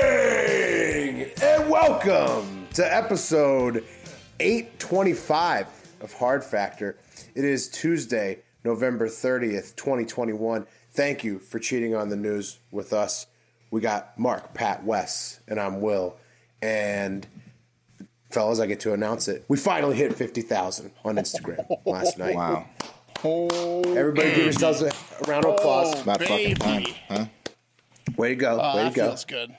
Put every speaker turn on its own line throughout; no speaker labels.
morning and welcome to episode 825 of hard factor it is tuesday november 30th 2021 thank you for cheating on the news with us we got mark pat wes and i'm will and fellas i get to announce it we finally hit 50000 on instagram last night
Wow.
everybody give yourselves a round of applause
About fucking time.
Baby.
Huh?
way to go
Oh,
way to
that
go
feels good.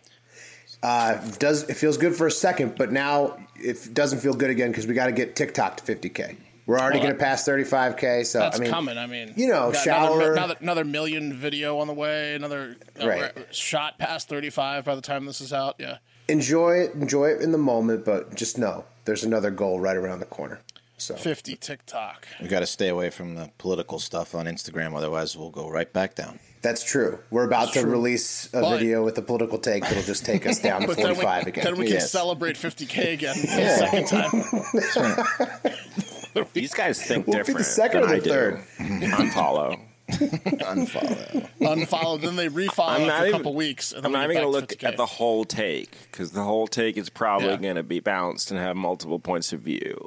Uh, does it feels good for a second, but now it doesn't feel good again because we got to get TikTok to 50k. We're already
Well,
going to pass 35k, so
That's
I mean,
coming. I mean,
you know,
we got
shower.
Another, another, another million video on the way. Another uh,
Right.
we're- shot past thirty-five by the time this is out. Yeah.
enjoy it, enjoy it in the moment, but just know there's another goal right around the corner. So
50 TikTok.
We got to stay away from the political stuff on Instagram, otherwise we'll go right back down.
that's true. We're about to release a
But-
video with a political take that'll just take us down to
But then we,
45 again.
then we can
Yes.
celebrate 50K again for the second time.
These guys think
We'll be the
different.
second
than
or
I
the
do.
third.
Unfollow.
Unfollow.
Unfollow. Then they refollow
I'm
after
not
a
even-
couple weeks. And
I'm
then
not
we
even
get
going to
back
look
to 50K.
at the whole take because the whole take is probably
Yeah.
going to be balanced and have multiple points of view.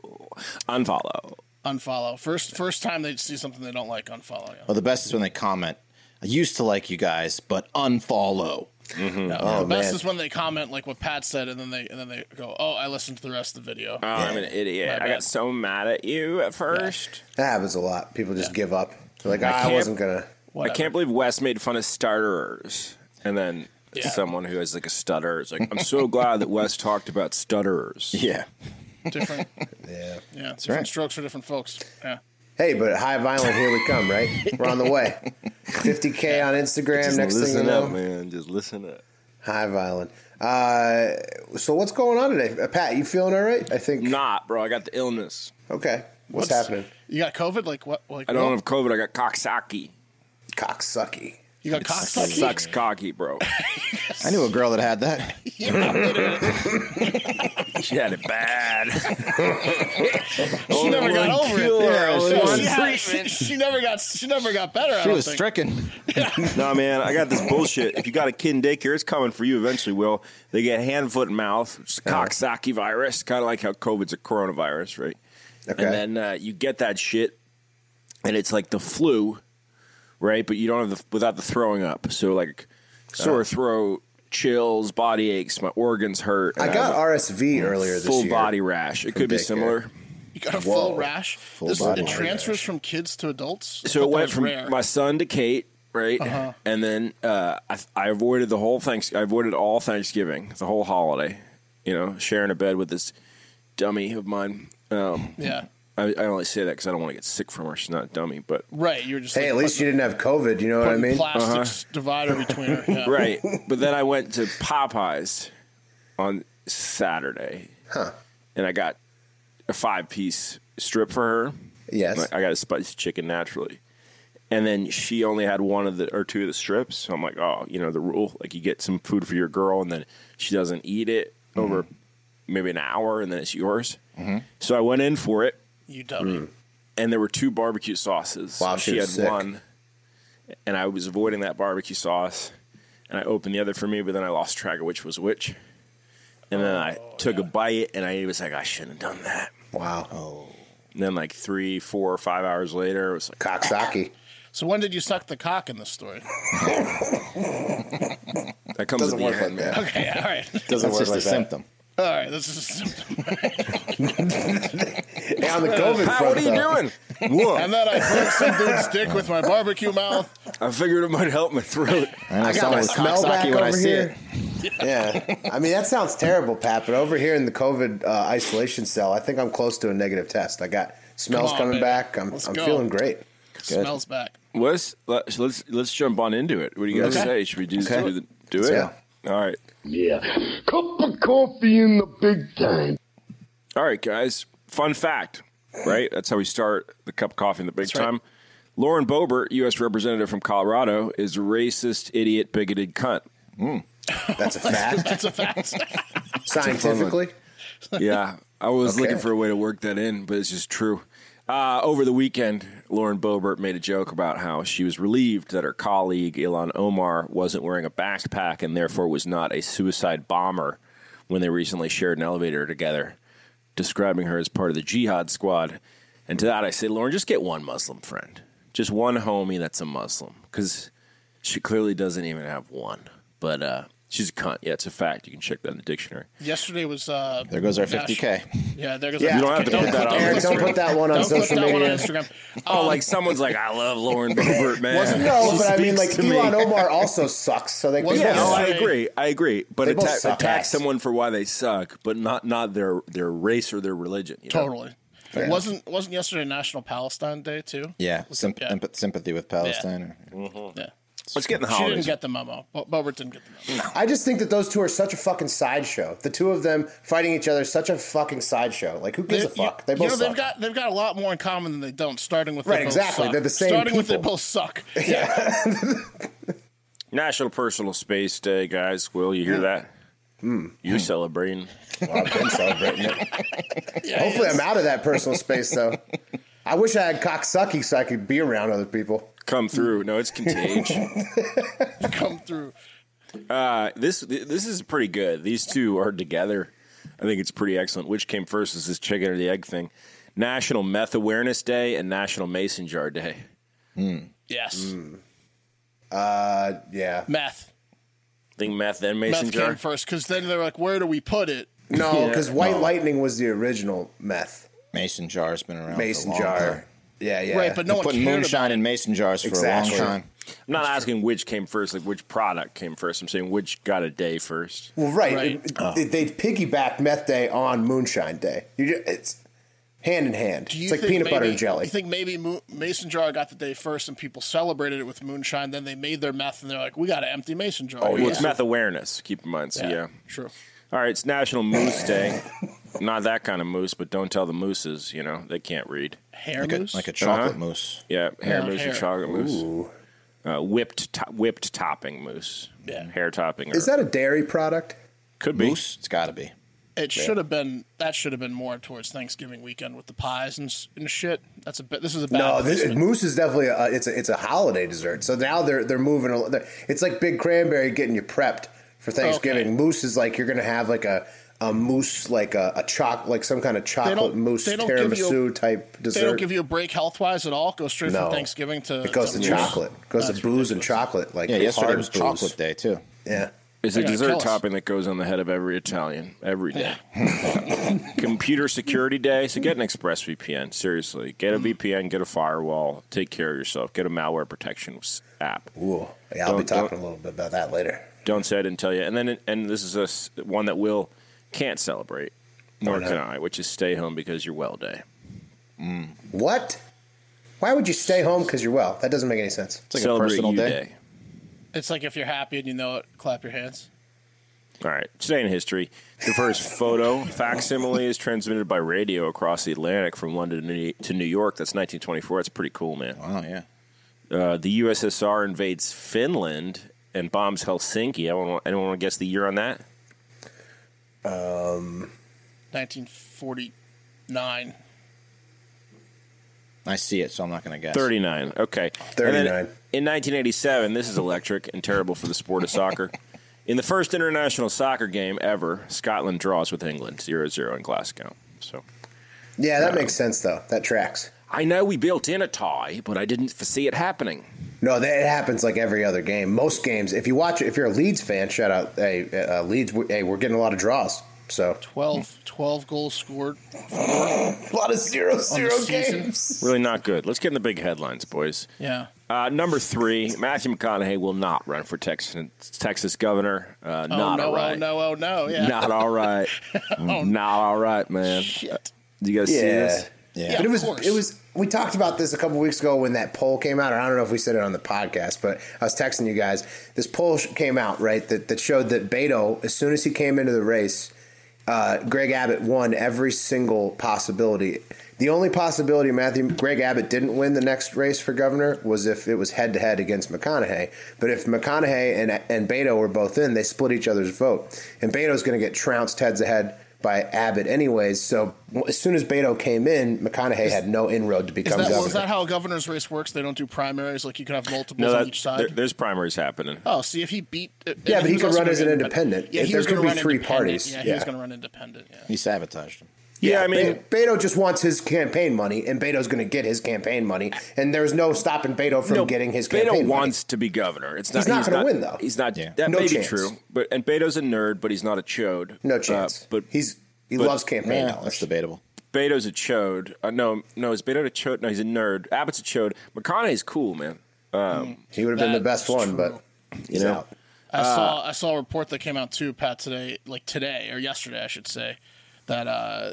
Unfollow.
unfollow. First first time they see something they don't like, unfollow. Yeah.
well, the best is when they comment. I used to like you guys, but unfollow. Oh,
Yeah. Mm-hmm. the best
man.
is when they comment like what Pat said, and then they and then they go, "Oh, I listened to the rest of the video."
Oh, I'm an
My
idiot. I
bad.
got so mad at you at first.
that happens a lot. People just give up. They're like, "Ah, I
can't-
wasn't gonna.
I can't believe Wes made fun of stutterers. And then
Yeah.
someone who has like a stutter is like, I'm so glad that Wes talked about stutterers.
Yeah.
Different,
Yeah.
yeah, different
right.
strokes for different folks. Yeah.
Hey, but high violent, here we come. Right, we're on the way. 50k on Instagram.
Just
Next thing
listen
you know,
up, man. Just listen up.
Hi, Violin. Uh, so what's going on today, Uh, Pat? You feeling all right? I think.
Not, bro. I got the illness.
Okay. What's, happening?
You got COVID? Like what? Like
I
what?
don't have COVID. I got cocksucky.
Cocksucky.
You got cocksucky.
Sucks cocky, bro.
I knew a girl that had that.
she had it bad.
She never got
One
over it.
cure, only
she,
one
she- she, she never got. She never got better. I
She
don't
was
think.
stricken.
No, man, I got this bullshit. If you got a kid in daycare, it's coming for you eventually, Will. They get hand, foot, and mouth. It's
Uh-huh.
cocksocky virus, kind of like how COVID's a coronavirus, right?
Okay.
And then uh, you get that shit, and it's like the flu, right? But you don't have the without the throwing up. So like
Uh-huh.
sore throat, chills, body aches, my organs hurt. and
I got
have a
RSV earlier this
full
year.
body rash. It could be
daycare.
similar.
You got a
Whoa.
full rash. this
body
it
rash.
transfers from kids to adults. I thought
so it
that
went
was
from
rare. Uh-huh.
my son to Kate, right? And then uh, I, I avoided the whole thanks. I avoided all Thanksgiving, the whole holiday. You know, sharing a bed with this dummy of mine. Um,
yeah.
I, I only say that because I don't want to get sick from her. She's not a dummy, but
Right. You were just.
Hey,
like,
at least you didn't have COVID. You know what I
putting
mean?
Plastics divider between her. Yeah.
Uh-huh. right. but then I went to Popeyes on Saturday, and I got a five-piece strip for her.
Yes.
Like, I got a spicy chicken naturally. And then she only had one of the or two of the strips. So I'm like, oh, you know, the rule. Like you get some food for your girl and then she doesn't eat it over
Mm-hmm.
maybe an hour and then it's yours. So I went in for it
You dummy.
Mm.
and there were two barbecue sauces.
Wow,
And
she
she had
was sick.
one, and I was avoiding that barbecue sauce, and I opened the other for me, but then I lost track of which was which. And then I
Oh,
took a bite, and I was like, I shouldn't have done that.
Wow.
Oh. And then, like three, four, or five hours later, it was like,
Cocksucky.
So when did you suck the cock in this story?
that comes at the end, man.
that.
Okay. All right.
Doesn't work
That's just a
like that.
symptom.
All right. This is a symptom.
Hey, on the COVID
Pat,
front,
what are you
though,
doing? Look,
And then I broke some dude's dick with my barbecue mouth.
I figured it might help my throat.
I know
I got
someone
my
was
smell back
cocksucky when I
over
see
here.
it.
Yeah. I mean, that sounds terrible, Pat, but over here in the COVID uh, isolation cell, I think I'm close to a negative test. I got smells
Come on,
coming
baby.
back. I'm,
Let's
I'm
go.
feeling great.
Smells back.
Let's let's let's let's jump on into it. What do you guys
Okay.
say? Should we do
Okay.
do, the, do it?
Yeah.
All right,
Yeah. Cup of coffee in the big time.
all right, guys. Fun fact, right? That's how we start the cup of coffee in the big
right.
time. Lauren Boebert, U.S. representative from Colorado, is a racist, idiot, bigoted cunt.
That's a fact.
That's a fact.
Scientifically,
Yeah, I was
Okay.
looking for a way to work that in, but it's just true. Uh, over the weekend, Lauren Boebert made a joke about how she was relieved that her colleague Ilan Omar wasn't wearing a backpack and therefore was not a suicide bomber when they recently shared an elevator together, describing her as part of the jihad squad. And to that, I say, Lauren, just get one Muslim friend, just one homie that's a Muslim, because she clearly doesn't even have one. But uh, she's a cunt. Yeah, it's a fact. You can check that in the dictionary.
Yesterday was. Uh,
There goes our
National-
50K.
Yeah, there goes.
Yeah.
our
You don't
have to
50K.
put that on
Eric, don't put that one on
Don't put
social
that one on
media.
Instagram. Um,
Oh, like someone's like, I love Lauren Boebert, man.
Um, Wasn't- no,
She
but I mean,
speaks
like
to me.
Elon Omar also sucks. So they
Well,
they
Yeah,
both
no, I
suck.
Sorry.
agree. I agree. But
They both
attack,
suck
attack
ass.
someone for why they suck, but not not their their race or their religion. you know?
Totally. Wasn't wasn't yesterday National Palestine Day too?
Yeah, symp-
yeah.
emp- sympathy with Palestine.
Yeah.
Let's get in the
She didn't
holidays.
get the memo. Bo- Bobert didn't get the memo.
I just think that those two are such a fucking sideshow. The two of them fighting each other is such a fucking sideshow. Like, who gives a
You-
fuck? they
you
both
know,
suck.
they've got they've got a lot more in common than they don't. Starting with
Right,
they both
exactly.
suck.
They're the same
Starting with they
people.
both suck.
National Personal Space Day, guys. Will you hear that?
Hmm.
You celebrating?
Well, I've been celebrating it. Hopefully, I'm out of that personal space, though. I wish I had cocksucky so I could be around other people.
Come through. No, it's contage.
Come through.
Uh, this this is pretty good. These two are together. I think it's pretty excellent. Which came first is this chicken or the egg thing? National Meth Awareness Day and National Mason Jar Day.
Yes.
Mm. Uh, yeah.
Meth.
think meth and
Meth
mason jar.
came first because then they're like, where do we put it?
No, because White Lightning was the original meth.
Mason jar's been around.
Mason
for a long
jar.
Time.
Yeah, yeah.
Right, but no one
Putting
cared
moonshine in mason jars for
Exactly.
a long time.
I'm not asking which came first, like which product came first. I'm saying which got a day first.
Well, right.
Right.
It- it- they piggyback meth day on moonshine day. You ju- it's hand in hand.
Do you
It's like
think
peanut butter
maybe-
and jelly.
You think maybe Mo- Mason jar got the day first and people celebrated it with moonshine. Then they made their meth and they're like, we got to empty Mason jar.
Oh,
Well, it's meth awareness. Keep in mind. So yeah.
True.
All right, it's National Moose Day. not that kind of moose, but don't tell the mooses. You know they can't read.
Hair
Like a,
mousse?
like a chocolate
Uh-huh.
mousse.
Yeah, hair
Yeah,
moose
hair.
and chocolate moose. Uh, whipped to- whipped topping moose.
Yeah.
hair topping. or-
Is that a dairy product?
could be?
Moose? It's got to be.
It should have been that should have been more towards Thanksgiving weekend with the pies and, s- and shit. That's a bit. This is a bad.
No, this,
placement.
moose is definitely a it's a it's a holiday dessert. So now they're they're moving. al- They're, it's like big cranberry getting you prepped for Thanksgiving.
Okay.
Moose is like you're gonna have like a a moose like a, a choc like some kind of chocolate
don't-
moose
they don't give
tiramisu
you
type dessert.
they don't give you a break health wise at all. Go straight
No.
from Thanksgiving to
it goes to
moose.
chocolate. It goes to booze and chocolate. Like
Yeah,
hard
yesterday was
booze.
chocolate day, too.
Yeah.
It's
They
a
gotta
dessert
kill us.
topping that goes on the head of every Italian every day. Computer security day. So get an ExpressVPN. Seriously, get a
Mm-hmm.
VPN, get a firewall, take care of yourself, get a malware protection s- app.
Ooh. Yeah, I'll be
Don't-
talking
don't-
a little bit about that later.
Don't say I didn't tell you. And then, and this is a s- one that Will can't celebrate,
Oh,
nor
no.
can I, which is stay home because you're well day.
What? Why would you stay home because you're well? That doesn't make any sense.
It's like
Celebrate
a personal
you
day.
It's like if you're happy and you know it, clap your hands.
All right, today in history, the first photo facsimile is transmitted by radio across the Atlantic from London to New- to New York. That's 1924. That's pretty cool, man.
Wow, yeah.
Uh, the USSR invades Finland and bombs Helsinki. I want anyone want to guess the year on that?
1949.
I see it, so I'm not going to guess.
39. Okay. And then
39.
In 1987, this is electric and terrible for the sport of soccer. In the first international soccer game ever, Scotland draws with England 0-0 in Glasgow. So
Yeah, that makes sense though. That tracks.
I know we built in a tie, but I didn't foresee it happening.
No, that it happens like every other uh, game. Most games, if you watch, if you're a Leeds fan, shout out, hey, uh, Leeds, we- hey, we're getting a lot of draws. So
12, 12 goals scored.
a lot of zero zero
season.
games.
Really not good. Let's get in the big headlines, boys.
Yeah.
Uh, number three, Matthew McConaughey will not run for Texas Texas governor. Uh,
Oh,
not
no,
all right.
oh, no, oh, no. Yeah. Oh,
Not all right. Not all right, man.
Shit.
You guys see
Yeah.
this?
Yeah.
Yeah.
But it
of
was
course.
it was we talked about this a couple weeks ago when that poll came out, or I don't know if we said it on the podcast, but I was texting you guys. This poll sh- came out right that that showed that Beto, as soon as he came into the race, uh, Greg Abbott won every single possibility. The only possibility Matthew Greg Abbott didn't win the next race for governor was if it was head to head against McConaughey. But if McConaughey and and Beto were both in, they split each other's vote, and Beto's going to get trounced heads ahead by Abbott anyways. So as soon as Beto came in, McConaughey had no inroad to
Is
become
that, well,
governor.
is that how a governor's race works? They don't do primaries. Like you could have multiples
No,
on
that,
each
there-
side.
there's primaries happening.
Oh, see if he beat. uh,
Yeah,
and
but he
was
could
also
run
gonna
as
be
an independent.
Yeah, he
There's
was gonna
gonna be
run
three
independent.
parties.
Yeah, he was
Yeah.
going to run independent. Yeah.
He sabotaged him.
Yeah, I mean,
Be- Beto just wants his campaign money, and Beto's going to get his campaign money, and there's no stopping Beto from
no,
getting his
Beto
campaign money.
wants to be governor. It's not.
He's not gonna win, though.
He's not.
Yeah.
That
No
may be
chance.
true. But and Beto's a nerd, but he's not a chode.
No
Uh,
chance.
but
he's he
but-
loves campaign
Yeah, that's
dollars.
debatable.
Beto's a chode. Uh, no, no, is Beto a chode? No, he's a nerd. Abbott's a chode. McConaughey's cool, man.
He would have been the
That's
best one,
true.
but he's
know?
out.
I saw I saw a report that came out too, Pat, today, like today or yesterday, I should say, that uh,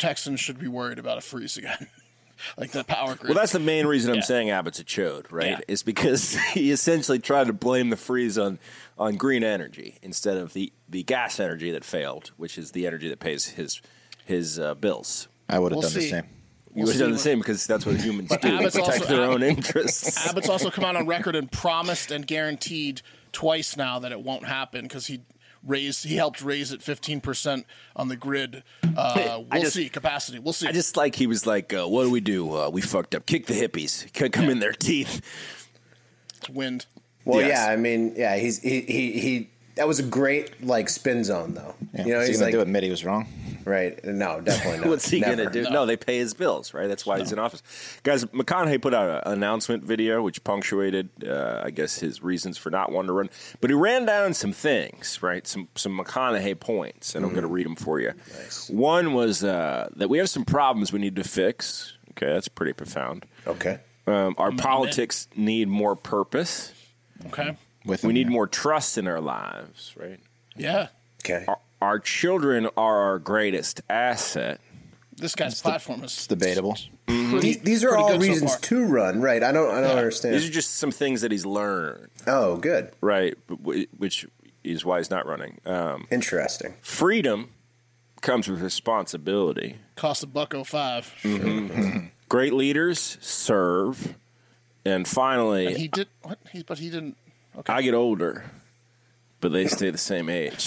Texans should be worried about a freeze again, like the power grid.
Well, that's the main reason I'm
Yeah.
saying Abbott's a chode, right?
Yeah.
Is because he essentially tried to blame the freeze on on green energy instead of the the gas energy that failed, which is the energy that pays his his uh, bills.
I would have
We'll
done
see.
the same.
You would have
see
done the
what-
same because that's what humans do:
Abbott's
protect
also-
their
Abbott-
own interests.
Abbott's also come out on record and promised and guaranteed twice now that it won't happen because he raised he helped raise it 15% on the grid uh,
I
we'll
just-
see capacity we'll see
I just like he was like, uh, "What do we do? Uh, we fucked up. Kick the hippies. Kick them in their teeth."
It's wind
Well,
Yes.
yeah, I mean, yeah, he's he, he he. That was a great like spin zone, though.
Yeah.
You know,
Is he
he's
gonna
like
do admit he was wrong?
right. No, definitely not.
What's he
Never.
gonna do? No. they pay his bills, right? That's why he's in office. Guys, McConaughey put out an announcement video which punctuated, uh, I guess, his reasons for not wanting to run. But he ran down some things, right? Some some McConaughey points, and I'm going to read them for you. One was uh, that we have some problems we need to fix. Okay, that's pretty profound.
Okay.
Um, our politics need more purpose.
okay
With
We
him,
need
yeah.
more trust in our lives, right?
yeah
Okay.
Our children are our greatest asset.
this guy's platform
It's
is
debatable.
These, these are
pretty
all
good so
reasons
far.
to run. Right. I don't. I don't
Yeah.
understand.
These are just some things that he's learned.
oh, good.
right? but wh- Which is why he's not running. Um,
Interesting.
freedom comes with responsibility.
cost a buck 05
Great leaders serve, and finally,
he did what he but he didn't
I get older, but they stay the same age.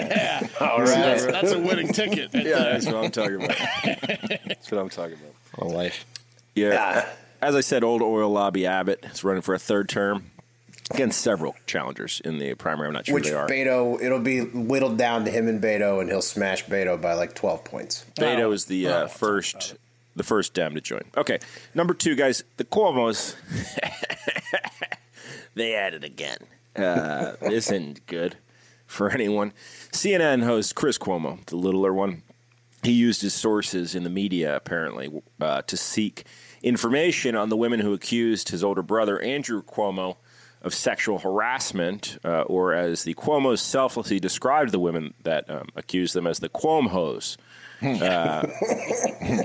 that's, that's a winning ticket right there.
that's what I'm talking about. That's what I'm talking about.
What a life.
Yeah. As I said, old oil lobby Abbott is running for a third term against several challengers in the primary. I'm not sure
Which
who they are.
Beto? It'll be whittled down to him and Beto, and he'll smash Beto by like twelve points.
Beto
Oh,
is the uh, first, the first Dem to join. Okay, number two, guys. The Cuomo's, they at it again. Uh, this isn't good for anyone. CNN host Chris Cuomo, the littler one, he used his sources in the media apparently uh, to seek information on the women who accused his older brother Andrew Cuomo of sexual harassment, uh, or as the Cuomo's selflessly described the women that um, accused them as the Cuomos. Uh, yeah,
Hmm.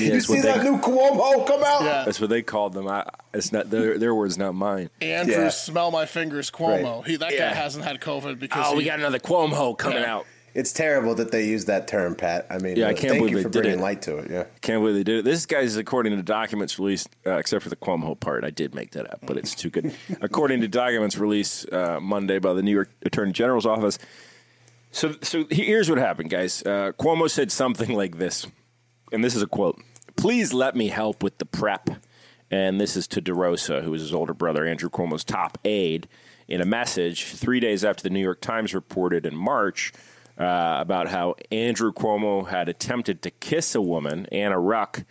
You
that's,
see
what
that
they,
new Cuomo come out?
Yeah.
that's what they called them. I, it's not their, their words, not mine.
andrew
Yeah.
smell my fingers cuomo he that
Yeah.
guy hasn't had covid because
Oh, we
he-
got another Cuomo coming
Yeah.
out.
It's terrible that they use that term, Pat. I mean,
Yeah,
uh,
I can't
thank
believe
you
they
for
did
bringing
it.
light to it. Yeah.
Can't believe they did it. This guy's according to documents released, uh, except for the Cuomo part. I did make that up, but it's too good. according to documents released uh, Monday by the New York Attorney General's office. So, so here's what happened, guys. Uh, Cuomo said something like this, and this is a quote: "Please let me help with the prep." And this is to DeRosa, who is his older brother, Andrew Cuomo's top aide, in a message three days after the New York Times reported in March uh, about how Andrew Cuomo had attempted to kiss a woman, Anna Ruck,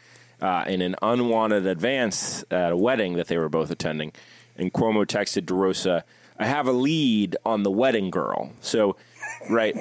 uh, in an unwanted advance at a wedding that they were both attending. And Cuomo texted DeRosa, I have a lead on the wedding girl. So right?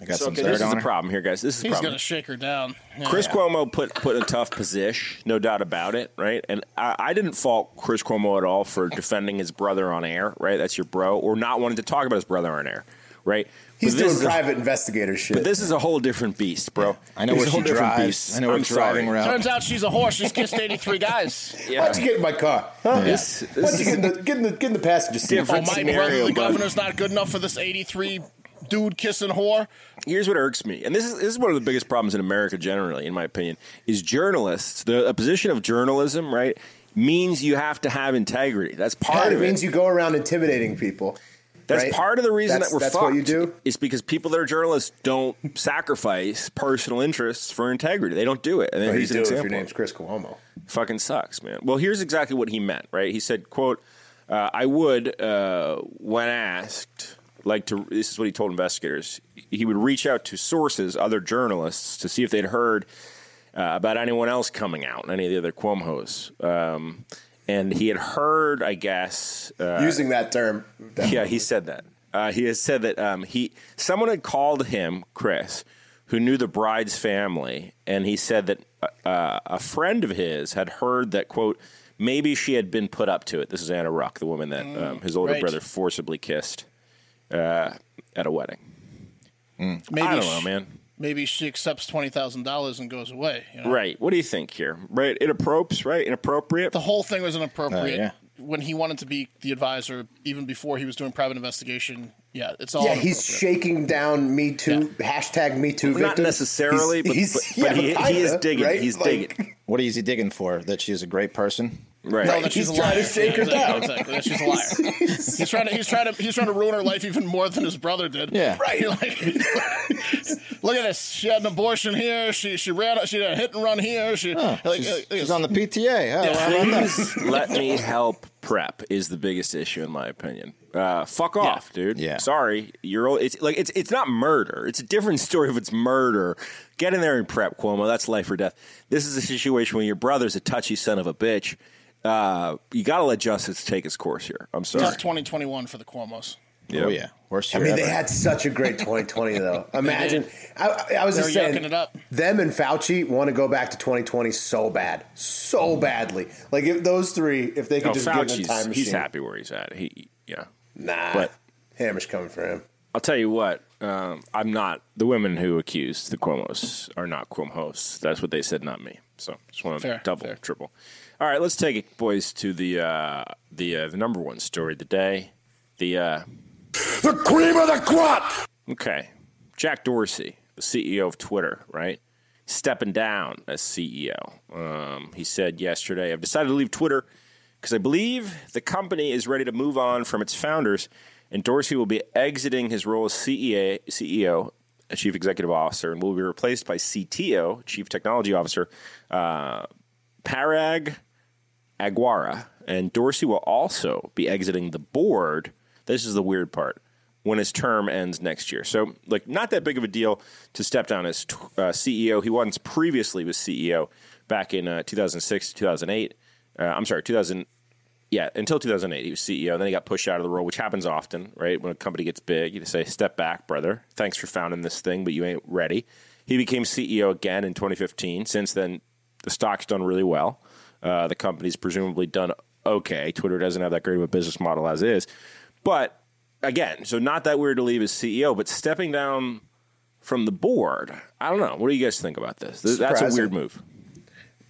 I got
So,
some
okay,
dirt
this is
on
the
her.
problem here, guys. This is the
He's
problem.
gonna shake her down. Yeah.
Chris Cuomo put put in a tough position, no doubt about it, right? And I, I didn't fault Chris Cuomo at all for defending his brother on air, right? That's your bro, or not wanting to talk about his brother on air, right?
He's
But this
doing
is a-
private investigator shit.
But this is a whole different beast, bro.
I know
It's
where
a whole
she
different
drives.
beast.
I know where
I'm
driving
sorry.
around.
Turns out she's a whore. She's kissed eighty three guys.
Why don't you get in my car? Huh?
This-
Why don't
this
you get in the get in the, get in the passenger seat?
Oh,
Different
my
scenario,
brother, the
bud.
governor's not good enough for this eighty three dude kissing whore.
here's what irks me, and this is this is one of the biggest problems in America generally, in my opinion, is journalists. The a position of journalism, right, means you have to have integrity. That's part
Part
of
it
it.
means you go around intimidating people.
That's
right?
part of the reason
That's-
that we're
that's
fucked.
what you do?
Is because people that are journalists don't sacrifice personal interests for integrity. They don't do it. And then
Or you
here's an
do if your
example.
name's Chris Cuomo.
Fucking sucks, man. Well, here's exactly what he meant, right? He said, "quote uh, I would, uh, when asked, like to." This is what he told investigators. He would reach out to sources, other journalists, to see if they'd heard uh, about anyone else coming out, any of the other Cuomo's. Um, and he had heard, I guess,
Using that term. that-
yeah, he said that. Uh, he has said that um, he someone had called him Chris, who knew the bride's family, and he said that uh, uh, a friend of his had heard that quote maybe she had been put up to it. This is Anna Ruck, the woman that um, his older
Mm, right.
brother forcibly kissed uh, at a wedding.
Maybe
I don't know,
sh-
man.
Maybe she accepts twenty thousand dollars and goes away. you know?
Right? What do you think here? Right? Inappropes? Right? Inappropriate?
The whole thing was inappropriate.
Uh,
When he wanted to be the advisor, even before he was doing private investigation, yeah, it's all.
Yeah, he's
inappropriate.
shaking down Me Too, hashtag Me Too
Not
victims.
necessarily, but- but- but he- he is digging, he's digging.
What is he digging for? That she's a great person?
right?
No, that she's
He's
a
trying
liar.
to shake her
Yeah, exactly,
down.
Exactly, that she's a liar. he's trying to he's trying to he's trying to ruin her life even more than his brother did.
Yeah.
right. Like, look at this. She had an abortion here. She she ran. She had a hit and run here. She like,
she's,
uh, look at
she's
this.
on the PTA. Oh,
Yeah.
how about that?
Let me help prep is the biggest issue in my opinion. Uh, fuck off, dude.
Yeah.
Sorry, you're old. It's like it's it's not murder. It's a different story if it's murder. Get in there and prep Cuomo. That's life or death. This is a situation where your brother's a touchy son of a bitch. Uh, you gotta let justice take its course here. I'm sorry.
Just 2021 for the Cuomo's.
Oh yeah, worst
I
year
mean,
ever.
they had such a great 2020, though. Imagine. I, I was
They
just
were
saying,
yucking it up.
them and Fauci want to go back to 2020 so bad, so badly. Like if those three, if they could
No,
just give them a time
Oh, Fauci's
machine,
he's happy where he's at. He yeah.
Nah,
But-
hammer's coming for him.
I'll tell you what. Um, I'm not the women who accused the Cuomo's are not Cuomo's. That's what they said, not me. So just want to
Fair,
double,
fair.
triple. All right, let's take it, boys, to the uh, the uh, the number one story of the day. The uh,
The cream of the crop!
okay, Jack Dorsey, the CEO of Twitter, right, stepping down as CEO. Um, he said yesterday, "I've decided to leave Twitter because I believe the company is ready to move on from its founders, and Dorsey will be exiting his role as E CEO, CEO uh, Chief Executive Officer, and will be replaced by CTO, Chief Technology Officer, uh, Parag Aguara. And Dorsey will also be exiting the board. This is the weird part when his term ends next year. So, like, not that big of a deal to step down as t- uh, CEO. He once previously was CEO back in uh, 2006, 2008. Uh, I'm sorry, 2000 yeah, until 2008, he was CEO. Then he got pushed out of the role, which happens often, right? When a company gets big, you say, step back, brother. Thanks for founding this thing, but you ain't ready. He became CEO again in 2015. Since then, the stock's done really well. Uh, the company's presumably done okay. Twitter doesn't have that great of a business model as is. But again, so not that weird to leave as CEO, but stepping down from the board, I don't know. What do you guys think about this? Th- That's a
Surprising.
weird move.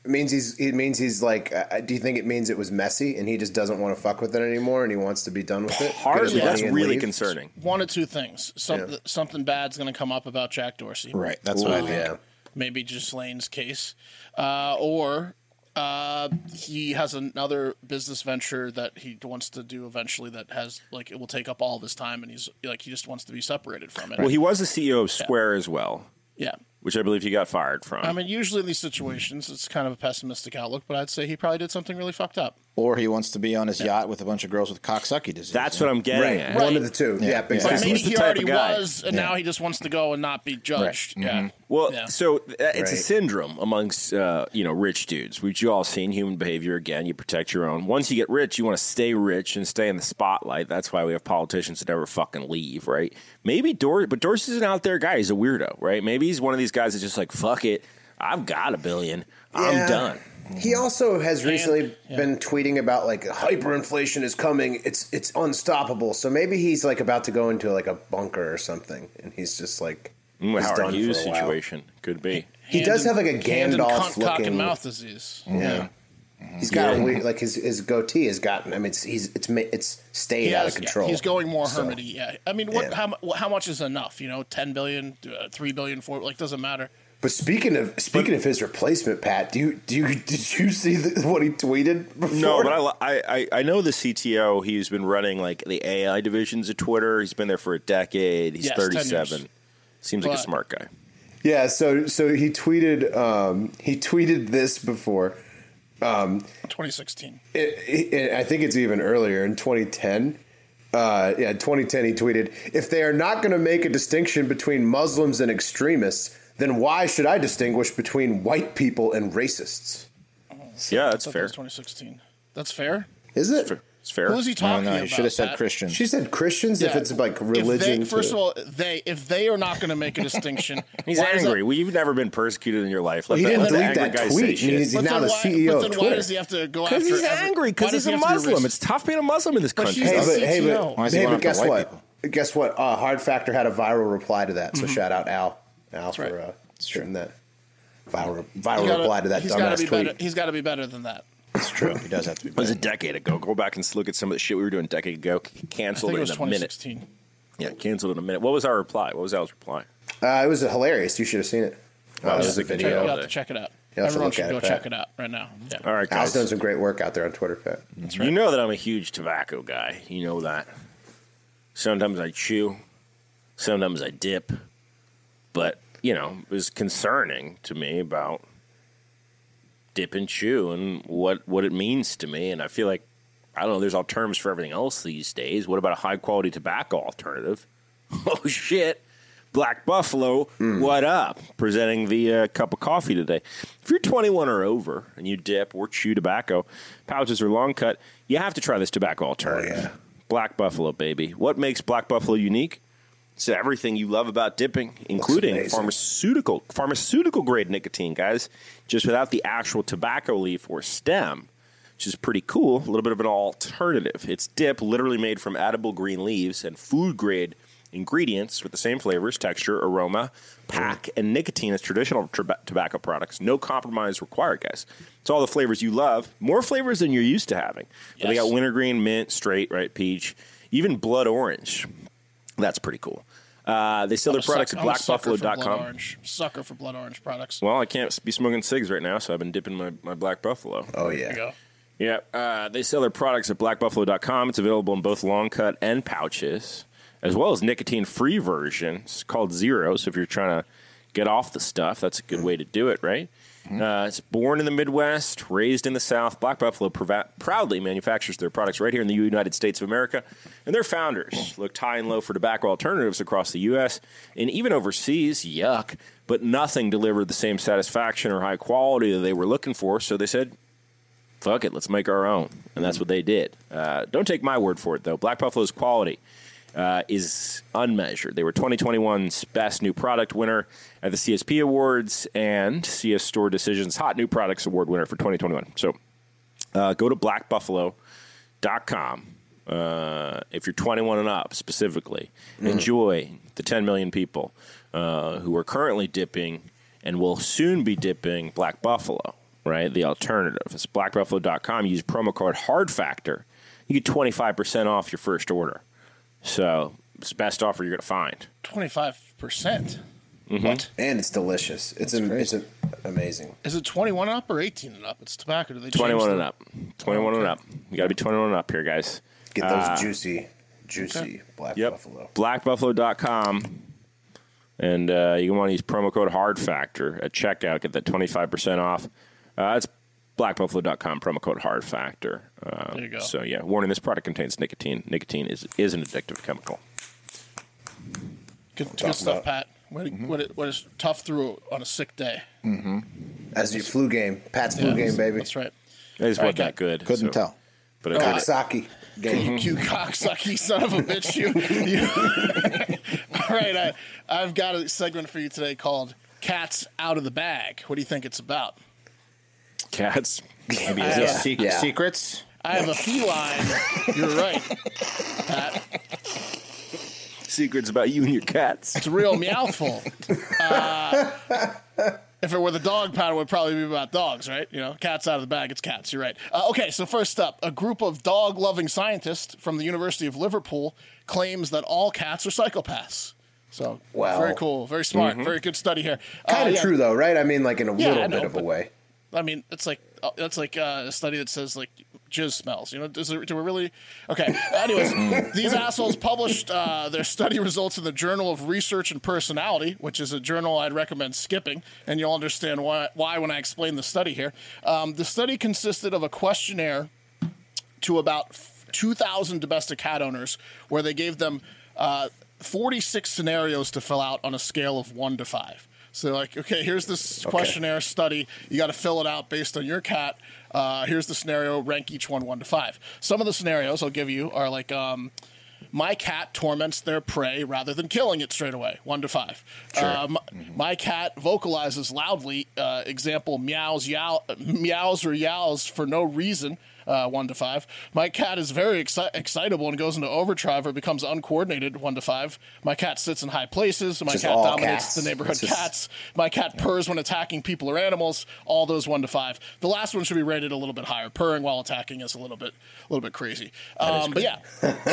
It means he's. It means he's like. Uh, do you think it means it was messy and he just doesn't want to fuck with it anymore and he wants to be done with it? Get his
Hardly,
money
that's
and
really
leave?
concerning.
One of two things. Some, Something bad's going to come up about Jack Dorsey.
right, that's what I
Ooh,
think.
yeah.
maybe Ghislaine's case, uh, or uh, he has another business venture that he wants to do eventually that has like it will take up all of his time, and he's like he just wants to be separated from it.
Well, he was the CEO of Square as well,
yeah.
which I believe he got fired from.
I mean, usually in these situations, it's kind of a pessimistic outlook, but I'd say he probably did something really fucked up.
or he wants to be on his yacht with a bunch of girls with cocksucky disease.
That's what I'm getting
Right.
at.
One
Right.
of the two. Yeah,
Yeah.
big
But
But
He's
maybe
the
he
type
already
of guy. Mm-hmm.
was, and now he just wants to go and not be judged. Yeah.
Well,
Yeah.
so th- it's a
Right.
syndrome amongst uh, you know rich dudes. We've you all seen human behavior. Again, you protect your own. Once you get rich, you want to stay rich and stay in the spotlight. That's why we have politicians that never fucking leave, right? Maybe Doris, but Doris is an out there guy. He's a weirdo, right? Maybe he's one of these guys that's just like, fuck it, I've got a billion,
Yeah.
I'm done.
He also has recently been tweeting about like hyperinflation is coming. It's it's unstoppable. So maybe he's like about to go into like a bunker or something, and he's just like
Mm,
he's
Howard
done
Hughes
for a while.
situation could be.
He does have like a
Hand and
Gandalf
cunt, cock and
looking.
mouth disease.
Yeah. He's got
Yeah.
a weird, like his, his goatee has gotten. I mean, it's he's it's ma- it's stayed
He
out
has-
of control.
He's going more hermity. Yeah. I mean, what?
Yeah.
How, mu- how much is enough? You know, ten billion, uh, three billion, four. Like, doesn't matter.
But speaking of speaking of his replacement, Pat, do you do you did you see the, what he tweeted? Before?
No, but I, li- I, I I know the CTO. He's been running like the AI divisions of Twitter. He's been there for a decade. He's
Yes, 10 years.
37. Seems like a
But-
smart guy.
Yeah, so so he tweeted um, he tweeted this before.
Twenty sixteen.
It, it, it- I think it's even earlier in 2010. Uh, yeah, 2010 he tweeted, "If they are not going to make a distinction between Muslims and extremists, then why should I distinguish between white people and racists?"
Yeah, that's fair.
Twenty sixteen. That's fair.
Is it?
It's fair.
Who's he
No,
talking
no,
about?
you should have said
Pat?
Christian.
She said Christians if
Yeah.
it's like
If they-
religion.
first
to-
of all, they if they are not going to make a distinction,
He's
why is that-
angry. we We've never been persecuted in your life. Let
he
that,
didn't
let the
delete
angry
that
guy
tweet.
say
He
shit.
He's
But
now
then
the
why-
CEO
but
of
then
Twitter.
Why does he have to go after?
Because he's
every-
angry.
why
Because
does
he's
he
a
have to
Muslim.
resist-
It's tough being a Muslim in this
But
country.
she's
Hey,
the
but-
CTO.
hey, but-
Why is he
hey, but
going after
guess
white
what?
people?
Guess what? Uh, Hard Factor had a viral reply to that, so shout out Al, Al for
Mm-hmm. right.
uh, shooting that viral viral
He's gotta-
reply to that
he's gotta
dumbass
be
tweet.
Better, he's got to be better than that.
It's true. He does have to be.
It was a
Better.
decade ago. Go back and look at some of the shit we were doing a decade ago.
I think
Canceled
it was
in a minute.
2016.
Yeah, canceled in a minute. What was our reply? What was Al's reply?
Uh, it was hilarious. You should have seen it. Uh, it was a
sick of
Check,
video.
you
Yeah.
have to check it out.
Yeah, let's
Everyone
look
should
at
go
it,
check
Pat.
it out right now. Yeah.
All right,
Al's
guys.
done some great work out there on Twitter, Pat.
You know that I'm a huge tobacco guy. You know that. Sometimes I chew, sometimes I dip, but you know, it was concerning to me about dip and chew and what what it means to me. And I feel like I don't know. There's all terms for everything else these days. What about a high quality tobacco alternative? Oh shit. Black Buffalo, what up? Presenting the uh, cup of coffee today. If you're 21 or over and you dip or chew tobacco, pouches or long cut, you have to try this tobacco alternative. Black Buffalo, baby. What makes Black Buffalo unique? It's everything you love about dipping, including
amazing.
pharmaceutical pharmaceutical grade nicotine, guys. Just without the actual tobacco leaf or stem which is pretty cool. A little bit of an alternative. It's dip, literally made from edible green leaves and food grade ingredients with the same flavors, texture, aroma, pack, and nicotine as traditional toba- tobacco products. No compromise required, guys. It's all the flavors you love, more flavors than you're used to having. But They
Yes.
got wintergreen, mint, straight, right, peach, even blood orange. That's pretty cool. Uh, they sell their products at
I'm a sucker for Blood
blackbuffalo.com.
Orange. Sucker for blood orange products.
Well, I can't be smoking cigs right now, so I've been dipping my, my black buffalo.
Oh
There
yeah.
you go.
Yeah, uh, they sell their products at blackbuffalo.com. It's available in both long cut and pouches, as well as nicotine free versions called Zero. So if you're trying to get off the stuff, that's a good way to do it, right? Uh, it's born in the Midwest, raised in the South. Black Buffalo provi- proudly manufactures their products right here in the United States of America. And their founders looked high and low for tobacco alternatives across the U.S. and even overseas. Yuck. But nothing delivered the same satisfaction or high quality that they were looking for. So they said, fuck it, let's make our own. And that's what they did. Uh, don't take my word for it, though. Black Buffalo's quality uh, is unmeasured. They were 2021's Best New Product winner at the CSP Awards and CS Store Decisions Hot New Products Award winner for 2021. So uh, go to blackbuffalo.com uh, if you're 21 and up specifically. Enjoy the 10 million people uh, who are currently dipping and will soon be dipping Black Buffalo, right? The alternative. It's blackbuffalo.com. Use promo code HARDFACTOR. You get 25% off your first order. So it's the best offer you're going to find.
Twenty five percent.
And it's delicious. It's am- it's am- amazing.
Is it twenty one and up or eighteen and up? It's tobacco. Do they change
21
the-
and up. 21 and up. You got to be 21 and up here, guys.
Get those juicy, juicy black
Yep.
buffalo.
Blackbuffalo.com. And uh, you can want to use promo code HARDFACTOR at checkout. Get that 25% off. Uh, it's blackbuffalo.com promo code hard factor. Um,
There you go.
So yeah, warning: this product contains nicotine. Nicotine is is an addictive chemical.
Good, good stuff, Pat. What, what, is- what is tough through on a sick day?
As your flu game, Pat's flu game,
that's,
baby.
That's right.
It just
All
wasn't
right,
that good.
Couldn't
so-
tell.
but it
Cock
got
Saki game.
You cocksucky son of a bitch! You. you. All right, I, I've got a segment for you today called "Cats Out of the Bag." What do you think it's about?
cats.
Maybe it's just sec-
Yeah.
secrets.
I have a feline. You're right. Uh,
Secrets about you and your cats.
It's a real mouthful. Uh, if it were the dog pattern, it would probably be about dogs, right? You know, cats out of the bag, it's cats. You're right. Uh, okay, so first up, a group of dog loving scientists from the University of Liverpool claims that all cats are psychopaths. So,
Wow.
very cool, very smart, very good study here. Uh,
Kind of
yeah,
true though, right? I mean, like in a
Yeah,
little
I know,
bit of a
but-
way.
I mean, it's like uh, it's like uh, a study that says like jizz smells. You know, does it, do we really? Okay. Anyways, these assholes published uh, their study results in the Journal of Research and Personality, which is a journal I'd recommend skipping, and you'll understand why, why when I explain the study here. Um, the study consisted of a questionnaire to about f- 2,000 domestic cat owners, where they gave them uh, 46 scenarios to fill out on a scale of one to five. So, they're like, okay, here's this questionnaire study. You got to fill it out based on your cat. Uh, here's the scenario. Rank each one one to five. Some of the scenarios I'll give you are like, um, my cat torments their prey rather than killing it straight away. One to five. Um,
Mm-hmm.
My cat vocalizes loudly. Uh, example: meows, yow, meows or yowls for no reason. Uh, one to five. My cat is very exci- excitable and goes into overdrive or becomes uncoordinated. One to five. My cat sits in high places. My
Just
cat
all
dominates
cats.
the neighborhood
It's just-
cats. My cat purrs when attacking people or animals. All those one to five. The last one should be rated a little bit higher. Purring while attacking is a little bit, a little bit crazy. Um, but yeah.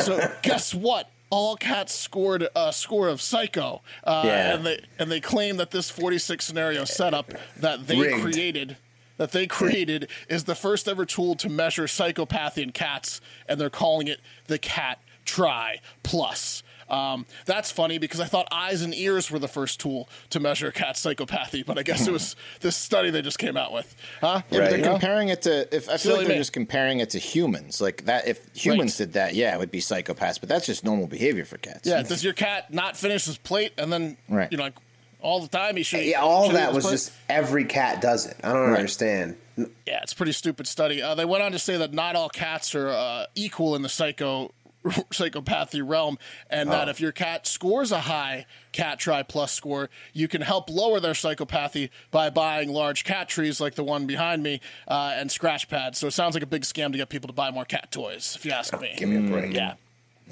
So guess what? All cats scored a score of psycho, uh,
Yeah.
and they and they claim that this 46 scenario setup that they
Rigged.
created that they created is the first ever tool to measure psychopathy in cats, and they're calling it the Cat Try Plus. Um, that's funny because I thought eyes and ears were the first tool to measure cat psychopathy, but I guess it was this study they just came out with,
Yeah,
huh?
but
Right.
they're comparing it to. If I feel
Silly
like they're
me.
just comparing it to humans, like that. If humans did that, yeah, it would be psychopaths. But that's just normal behavior for cats.
Yeah, does your cat not finish his plate and then
Right.
you know like all the time he should
Yeah, all
should eat
that
his
was
plate?
just every cat does it. I don't understand.
yeah, it's a pretty stupid study. Uh, they went on to say that not all cats are uh, equal in the psycho psychopathy realm, and that
Ah.
if your cat scores a high cat try plus score, you can help lower their psychopathy by buying large cat trees like the one behind me uh, and scratch pads. So it sounds like a big scam to get people to buy more cat toys, if you ask me.
Give me a break.
yeah,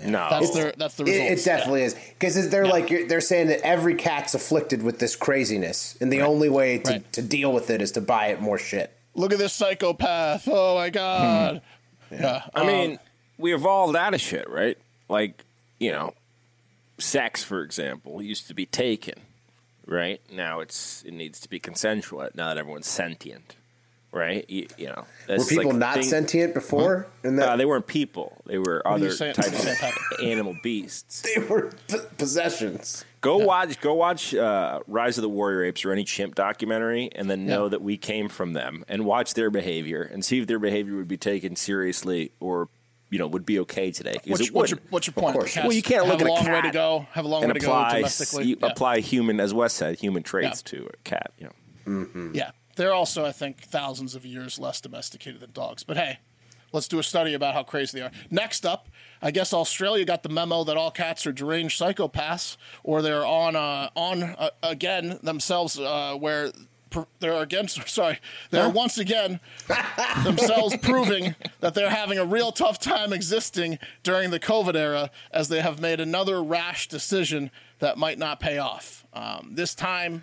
No,
that's their that's the
It,
result.
it definitely is because they're like you're, they're saying that every cat's afflicted with this craziness, and the only way to,
Right.
to deal with it is to buy it more shit.
Look at this psychopath! Oh
Hmm.
my god. Yeah.
I mean, we evolved out of shit, right? Like, you know, sex, for example, used to be taken, right? Now it's it needs to be consensual. Now that everyone's sentient, right? You, you know,
Were
that's
people
like
not
thing-
sentient before? And
Uh,
that
they weren't people. They were
are you
other
saying-
types
saying,
of
Pat?
animal beasts.
they were p- possessions.
Go watch, go watch uh, Rise of the Warrior Apes or any chimp documentary, and then know
Yeah.
that we came from them, and watch their behavior, and see if their behavior would be taken seriously, or you know, would be okay today. 'Cause
What's,
it
your- what's, your,
wouldn't.
what's your point?
course.
Cats
Well, you can't
have
look
a
at a
long way
cat
to go. Have a long way
and
to go
apply
domestically.
you
yeah.
apply human as Wes said human traits to a cat. You know,
Yeah. They're also, I think, thousands of years less domesticated than dogs. But hey, let's do a study about how crazy they are. Next up, I guess Australia got the memo that all cats are deranged psychopaths, or they're on uh, on uh, again themselves uh, where. pr- They're again, sorry, they're once again themselves proving that they're having a real tough time existing during the COVID era as they have made another rash decision that might not pay off. Um, this time,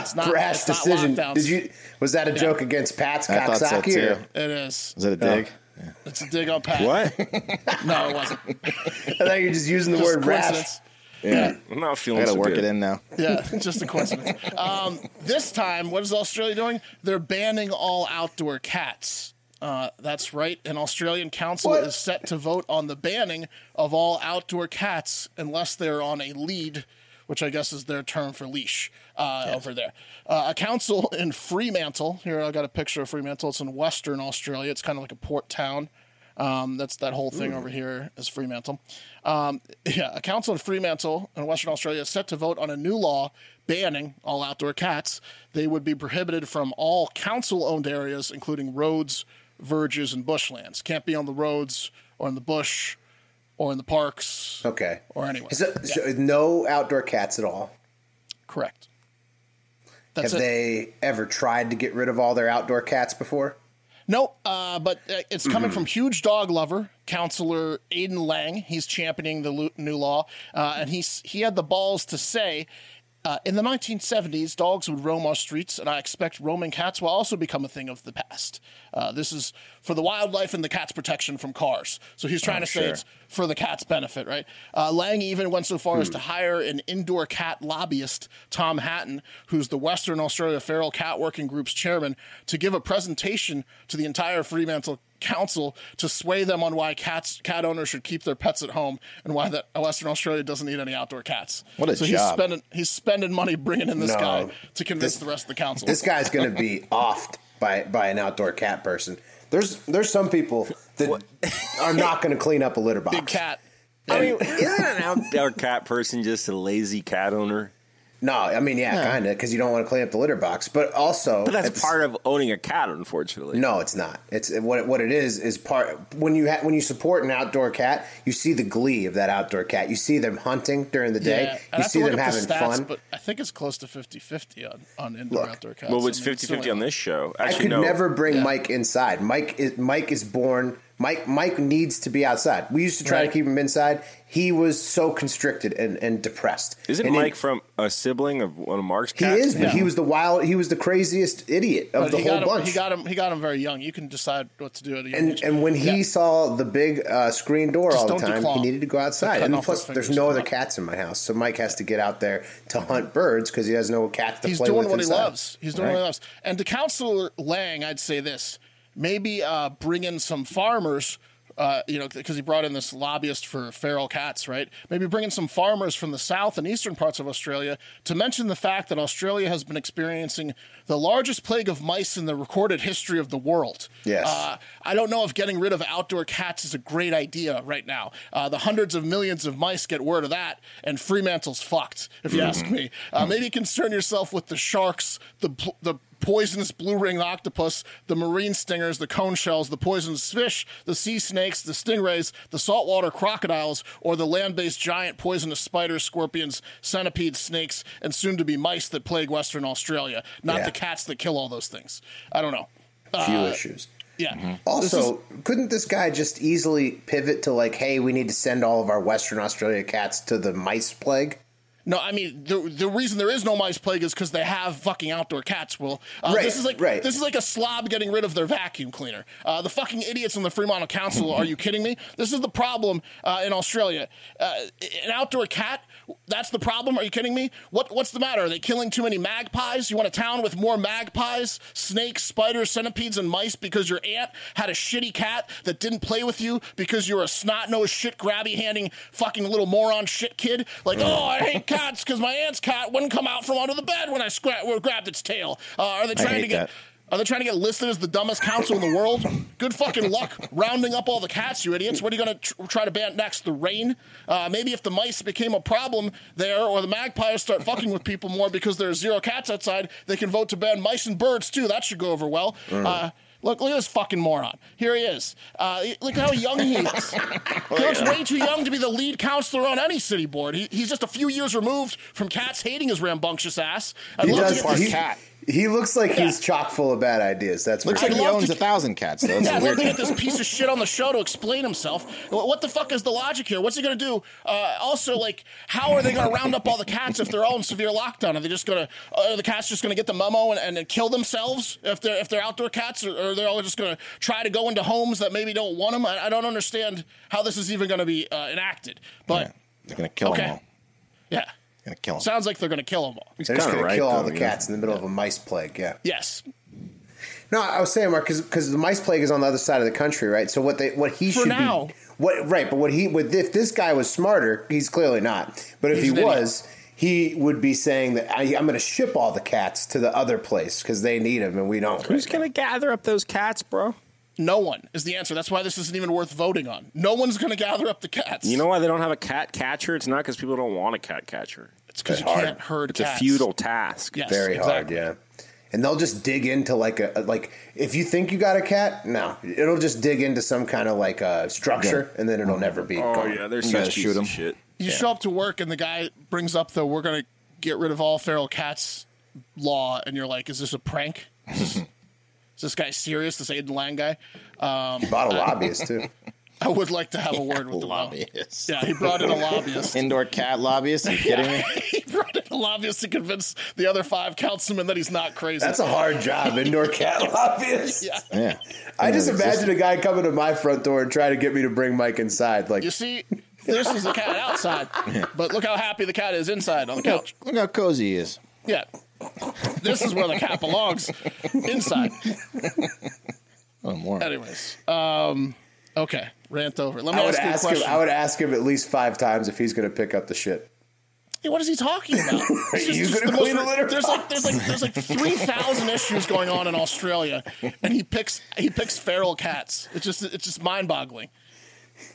it's not,
Brash
it's not
decision.
lockdowns.
Did you? Was that a joke against Pat's
I thought so
cocksaki?
too.
or-
It is.
Is that a dig?
It's a dig on Pat.
What?
No, it wasn't.
I thought you were just using the
Just a
word rash.
coincidence.
yeah.
I'm not feeling.
I gotta
so
work
good.
it in now.
Yeah, just a coincidence. Um, this time, what is Australia doing? They're banning all outdoor cats. Uh, that's right. An Australian council
What?
is set to vote on the banning of all outdoor cats unless they're on a lead which I guess is their term for leash uh, over there. Uh, a council in Fremantle. Here I got a picture of Fremantle. It's in Western Australia. It's kind of like a port town. Um, that's that whole
Hmm.
thing over here is Fremantle. Um, yeah, a council in Fremantle in Western Australia is set to vote on a new law banning all outdoor cats. They would be prohibited from all council owned areas, including roads, verges, and bushlands. Can't be on the roads or in the bush or in the parks
Okay.
or anywhere.
So, so no outdoor cats at all.
Correct. That's
Have
it.
they ever tried to get rid of all their outdoor cats before?
No, uh, but uh, it's coming from huge dog lover counselor Aiden Lang. He's championing the lu- new law, uh, and he's he had the balls to say. Uh, in the 1970s, dogs would roam our streets, and I expect roaming cats will also become a thing of the past. Uh, this is for the wildlife and the cat's protection from cars. So he's trying to say
sure.
it's for the cat's benefit, right? Uh, Lang even went so far as
Hmm.
to hire an indoor cat lobbyist, Tom Hatton, who's the Western Australia Feral Cat Working Group's chairman, to give a presentation to the entire Fremantle Council to sway them on why cats cat owners should keep their pets at home and why that Western Australia doesn't need any outdoor cats.
What a
so he's
job.
spending he's spending money bringing in this
No.
guy to convince the rest of the council.
This guy's going to be offed by by an outdoor cat person. There's there's some people that are not going to clean up a litter box.
Big cat.
I mean, isn't an outdoor cat person just a lazy cat owner?
No, I mean yeah, kind of because you don't want to clean up the litter box, but also
But that's
it's-
part of owning a cat, unfortunately.
No, it's not. It's what what it is is part when you ha- when you support an outdoor cat, you see the glee of that outdoor cat. You see them hunting during the
Yeah,
day.
I'd
you
have to
see
look
them
up the
having
stats,
fun.
But I think it's close to 50-50 on, on indoor
Look,
outdoor cats.
Well, it's
I mean,
50 50
only-
on this show.
I
Actually,
could
no.
never bring
Yeah.
Mike inside. Mike is Mike is born. Mike Mike needs to be outside. We used to try
Right.
to keep him inside. He was so constricted and, and depressed.
Isn't
And it-
Mike from a sibling of one of Mark's
He
cats?
is, but
Yeah.
he was the wild. He was the craziest idiot of
But
the
he
whole
got him,
bunch.
He got him. He got him very young. You can decide what to do at a young
And
age.
and when he
Yeah.
saw the big uh, screen door
Just
all the
don't
time,
declaw.
he needed to go outside.
They're cutting
And
off
plus,
their
there's
fingers.
no other cats in my house, so Mike has to get out there to hunt birds because he has no cats to
he's
play
doing
with
what
inside.
he loves. He's doing what he loves. And to Counselor Lang, I'd say this: maybe uh, bring in some farmers. Uh, you know, because he brought in this lobbyist for feral cats, right? Maybe bring in some farmers from the south and eastern parts of Australia to mention the fact that Australia has been experiencing the largest plague of mice in the recorded history of the world.
Yes.
Uh, I don't know if getting rid of outdoor cats is a great idea right now. Uh, the hundreds of millions of mice get word of that, and Fremantle's fucked, if you ask me. Uh, maybe concern yourself with the sharks, the, pl- the poisonous blue ringed octopus, the marine stingers, the cone shells, the poisonous fish, the sea snakes, the stingrays, the saltwater crocodiles, or the land based giant poisonous spiders, scorpions, centipedes, snakes, and soon to be mice that plague Western Australia, not
Yeah.
the cats that kill all those things. I don't know.
Few
Uh,
issues.
Yeah.
Also, couldn't this guy just easily pivot to like, hey, we need to send all of our Western Australia cats to the mice plague?
No, I mean the the reason there is no mice plague is because they have fucking outdoor cats. Will uh,
Right,
this is like
right.
this is like a slob getting rid of their vacuum cleaner. Uh, the fucking idiots in the Fremantle Council. are you kidding me? This is the problem uh, in Australia. Uh, an outdoor cat. That's the problem. Are you kidding me? What what's the matter? Are they killing too many magpies? You want a town with more magpies, snakes, spiders, centipedes, and mice because your aunt had a shitty cat that didn't play with you because you were a snot nosed shit grabby handing fucking little moron shit kid. Like, oh, I hate cats because my aunt's cat wouldn't come out from under the bed when I scra- or grabbed its tail. Uh, are they trying to
hate
get?
that.
Are they trying to get listed as the dumbest council in the world? Good fucking luck rounding up all the cats, you idiots. What are you going to tr- try to ban next? The rain? Uh, maybe if the mice became a problem there, or the magpies start fucking with people more because there are zero cats outside, they can vote to ban mice and birds too. That should go over well. Uh, look, look at this fucking moron. Here he is. Uh, look how young he is. he looks way too young to be the lead counselor on any city board. He, he's just a few years removed from cats hating his rambunctious ass. I'd love to get this-
he, he looks like he's chock full of bad ideas. That's
Looks
for
like
I'd
he
love
owns
to-
a thousand cats, though. It's
Yeah,
a
I'd
weird
love to get this piece of shit on the show to explain himself. Wh- What the fuck is the logic here? What's he going to do? Uh, also, like, how are they going to round up all the cats if they're all in severe lockdown? Are they just going to? Are the cats just going to get the memo and, and then kill themselves if they're if they're outdoor cats, or, or they're all just going to try to go into homes that maybe don't want them? I, I don't understand how this is even going to be uh, enacted. But
They're going to kill
Okay.
them all.
yeah.
Going to kill them.
sounds like they're going to kill them all.
They're just going
kinda
to
right,
kill all
though,
the
yeah.
cats in the middle of a mice plague. Yeah.
Yes,
No, I was saying, Mark, because the mice plague is on the other side of the country, right? So what they what he
For
should
now.
be what right, but what he would if this guy was smarter, he's clearly not. But if
He's
he
an
was, he would be saying that I, I'm going to ship all the cats to the other place because they need them and we don't.
Who's gonna gather up those cats, bro?
No one is the answer. That's why this isn't even worth voting on. No one's going to gather up the cats.
You know why they don't have a cat catcher? It's not because people don't want a cat catcher.
it's because you
hard.
can't herd
It's
cats.
a futile task.
Yes,
Very
exactly.
hard, yeah. And they'll just dig into like a like if you think you got a cat, no, it'll just dig into some kind of like a structure and then it'll never be.
Oh
gone.
yeah, they're
gotta
such
shoot
pieces
them.
of shit.
You show up to work and the guy brings up the "we're going to get rid of all feral cats" law, and you're like, "Is this a prank? Is this, is this guy serious? This Aiden Lang guy?"
He bought a lobbyist too.
I would like to have a word with the law.
Lobbyists.
Yeah, he brought in a lobbyist.
Indoor cat lobbyists? Are you kidding me?
he brought in a lobbyist to convince the other five councilmen that he's not crazy.
That's a hard job, indoor cat lobbyist.
yeah.
Yeah.
I just imagine a guy coming to my front door and trying to get me to bring Mike inside. Like
You see, this is the cat outside, but look how happy the cat is inside on the couch.
Look how cozy he is.
Yeah. This is where the cat belongs, inside.
Oh, more.
Anyways, um, okay, rant over. Let me
I would
ask you a
ask him.
question.
I would ask him at least five times if he's going to pick up the shit.
Hey, what is he talking about? Are
you gonna clean the litter
There's like there's like there's like three thousand issues going on in Australia, and he picks he picks feral cats. It's just it's just mind boggling.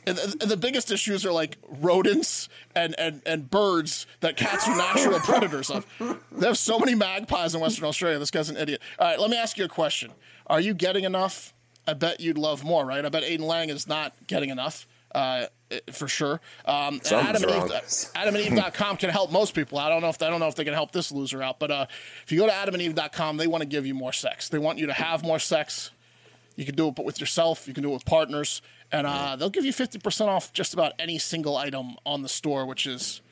And, th- and the biggest issues are like rodents and, and, and birds that cats are natural predators of. They have so many magpies in Western Australia. This guy's an idiot. All right, let me ask you a question. Are you getting enough? I bet you'd love more, right? I bet Aiden Lang is not getting enough, uh, eh, for sure. Um, and
Something's
Adam and, Eve,
wrong.
adamandeve.com can help most people. I don't know if I don't know if they can help this loser out, but uh, if you go to adamandeve.com, they want to give you more sex. They want you to have more sex. You can do it with yourself. You can do it with partners, and uh, they'll give you fifty percent off just about any single item on the store, which is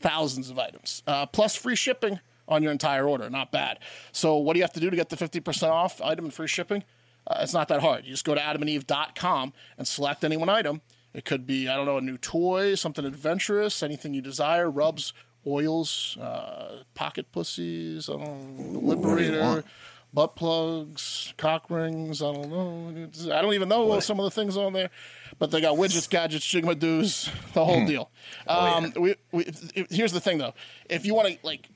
thousands of items, uh, plus free shipping on your entire order. Not bad. So, what do you have to do to get the fifty percent off item and free shipping? Uh, it's not that hard. You just go to AdamAndEve.com and select any one item. It could be I don't know a new toy, something adventurous, anything you desire, rubs, oils, uh, pocket pussies, I don't know, liberator butt plugs, cock rings. I don't know. It's- I don't even know some of the things on there, but they got widgets, gadgets, Sigma doos, the whole deal. Um, we, we, if- here's the thing though: if you want to like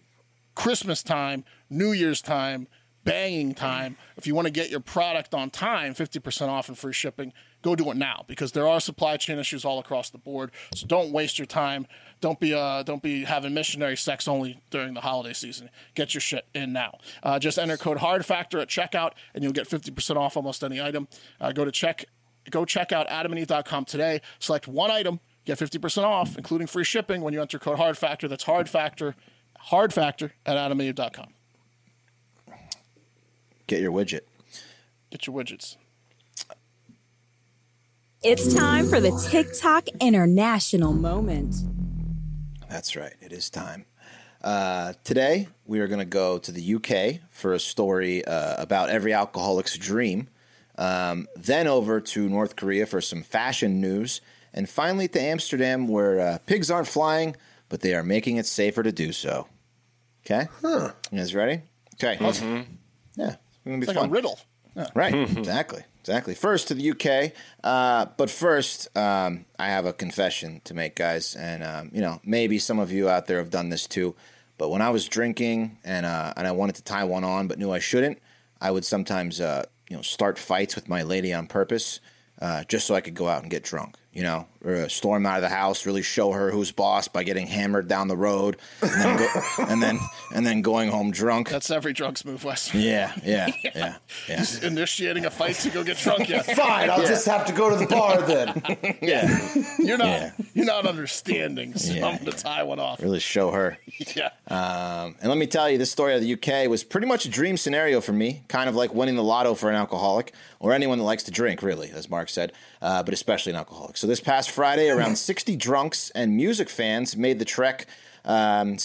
Christmas time, New Year's time, banging time, if you want to get your product on time, fifty percent off and free shipping. Go do it now because there are supply chain issues all across the board. So don't waste your time. Don't be uh, don't be having missionary sex only during the holiday season. Get your shit in now. Uh, just enter code Hard Factor at checkout, and you'll get fifty percent off almost any item. Uh, go to check go check out AdamAndEve.com today. Select one item, get fifty percent off, including free shipping when you enter code Hard Factor. That's Hard Factor, Hard Factor at AdamAndEve.com.
Get your widget.
Get your widgets.
It's time for the TikTok International Moment.
That's right. It is time. Uh, today, we are going to go to the UK for a story uh, about every alcoholic's dream, um, then over to North Korea for some fashion news, and finally to Amsterdam, where uh, pigs aren't flying, but they are making it safer to do so. Okay? You guys ready? Okay. Yeah. It's going to be
Mm-hmm. It's like
fun.
a riddle.
Right.
Hmm.
exactly. Exactly. First to the UK. Uh, but first, um, I have a confession to make, guys. And, um, you know, maybe some of you out there have done this too. But when I was drinking and, uh, and I wanted to tie one on but knew I shouldn't, I would sometimes, uh, you know, start fights with my lady on purpose uh, just so I could go out and get drunk, you know, or uh, storm out of the house, really show her who's boss by getting hammered down the road and then, go, and, then and then going home drunk.
That's every drugs move, Wes.
yeah, yeah, yeah, yeah.
Initiating a fight to go get drunk. Yeah,
Fine, I'll just have to go to the bar then.
yeah. You're not.
Yeah.
You're not understanding. So
Yeah.
I'm gonna tie one off.
Really show her.
Yeah.
Um, and let me tell you, this story out of the UK was pretty much a dream scenario for me, kind of like winning the lotto for an alcoholic or anyone that likes to drink, really, as Mark said, uh, but especially an alcoholic. So this past Friday, around 60 drunks and music fans made the trek um,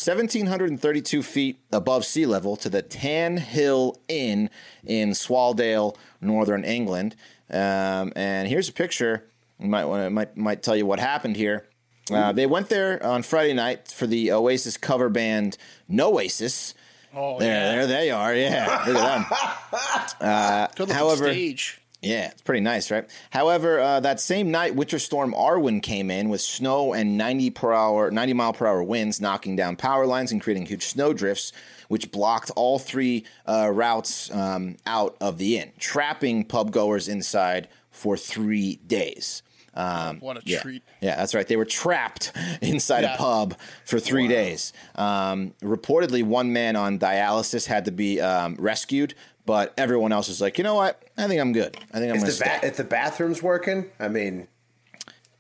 1,732 feet above sea level to the Tan Hill Inn in Swaldale, northern England. Um, and here's a picture. You might want to might might tell you what happened here. Uh, they went there on Friday night for the Oasis cover band Noasis.
Oh
There,
yeah.
there they are. Yeah, look at them.
Good looking
however-
stage.
Yeah, it's pretty nice, right? However, uh, that same night, Winter Storm Arwen came in with snow and 90 per hour, 90 mile per hour winds, knocking down power lines and creating huge snow drifts, which blocked all three uh, routes um, out of the inn, trapping pub goers inside for three days. Um,
What a treat.
yeah, that's right. They were trapped inside a
Yeah.
pub for three days. Um, reportedly, one man on dialysis had to be um, rescued, but everyone else was like, you know what? I think I'm good. I think I'm
If
going to
the,
stay.
ba- if the bathroom's working, I mean,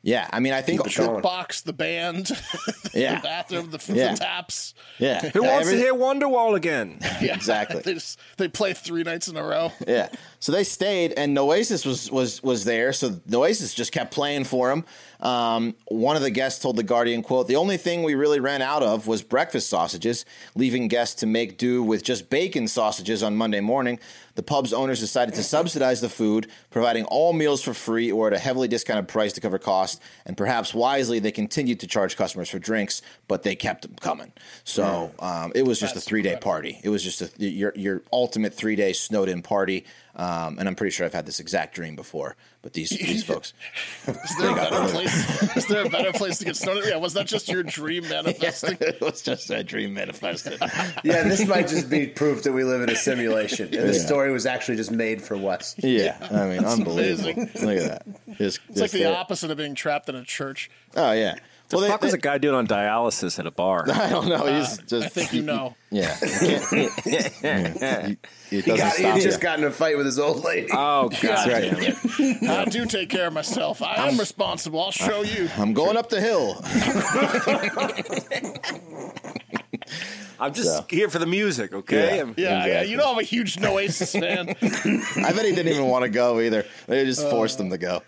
yeah, I mean, I think.
it
The
going.
box, the band, the
Yeah,
bathroom, the,
Yeah.
the taps.
yeah.
Who wants
Every-
to hear Wonderwall again?
Yeah,
Exactly.
they just they play three nights in a row.
Yeah. So they stayed, and Noasis was was was there. So Noasis just kept playing for him. Um, one of the guests told the Guardian, "quote The only thing we really ran out of was breakfast sausages, leaving guests to make do with just bacon sausages on Monday morning. The pub's owners decided to subsidize the food, providing all meals for free or at a heavily discounted price to cover costs. And perhaps wisely, they continued to charge customers for drinks, but they kept them coming. So um, it was just a three day party. It was just a, your your ultimate three day snowed in party. Um, and I'm pretty sure I've had this exact dream before. But these these folks,
Is there a better place? Is there a better place to get started? Yeah, was that just your dream manifesting?
it was just a dream manifested.
yeah, this might just be proof that we live in a simulation, and this
Yeah.
story was actually just made for us.
yeah, I mean, unbelievable.
amazing.
Look at that. It's,
It's like the opposite of being trapped in a church.
Oh yeah.
What the fuck was a guy doing on dialysis at a bar?
I don't know. He's just
Uh, I think you know.
Yeah. You can't- yeah. You- It
He,
doesn't
got, he
stop Uh,
just
you.
got in a fight with his old lady.
oh
right.
god, damn it.
I do take care of myself. I am responsible. I'll show you.
I'm going up the hill.
I'm just
So.
here for the music, okay?
Yeah.
I'm-
Yeah, yeah. You know I'm a huge Noasis fan.
I bet he didn't even want to go either. They just forced him to go.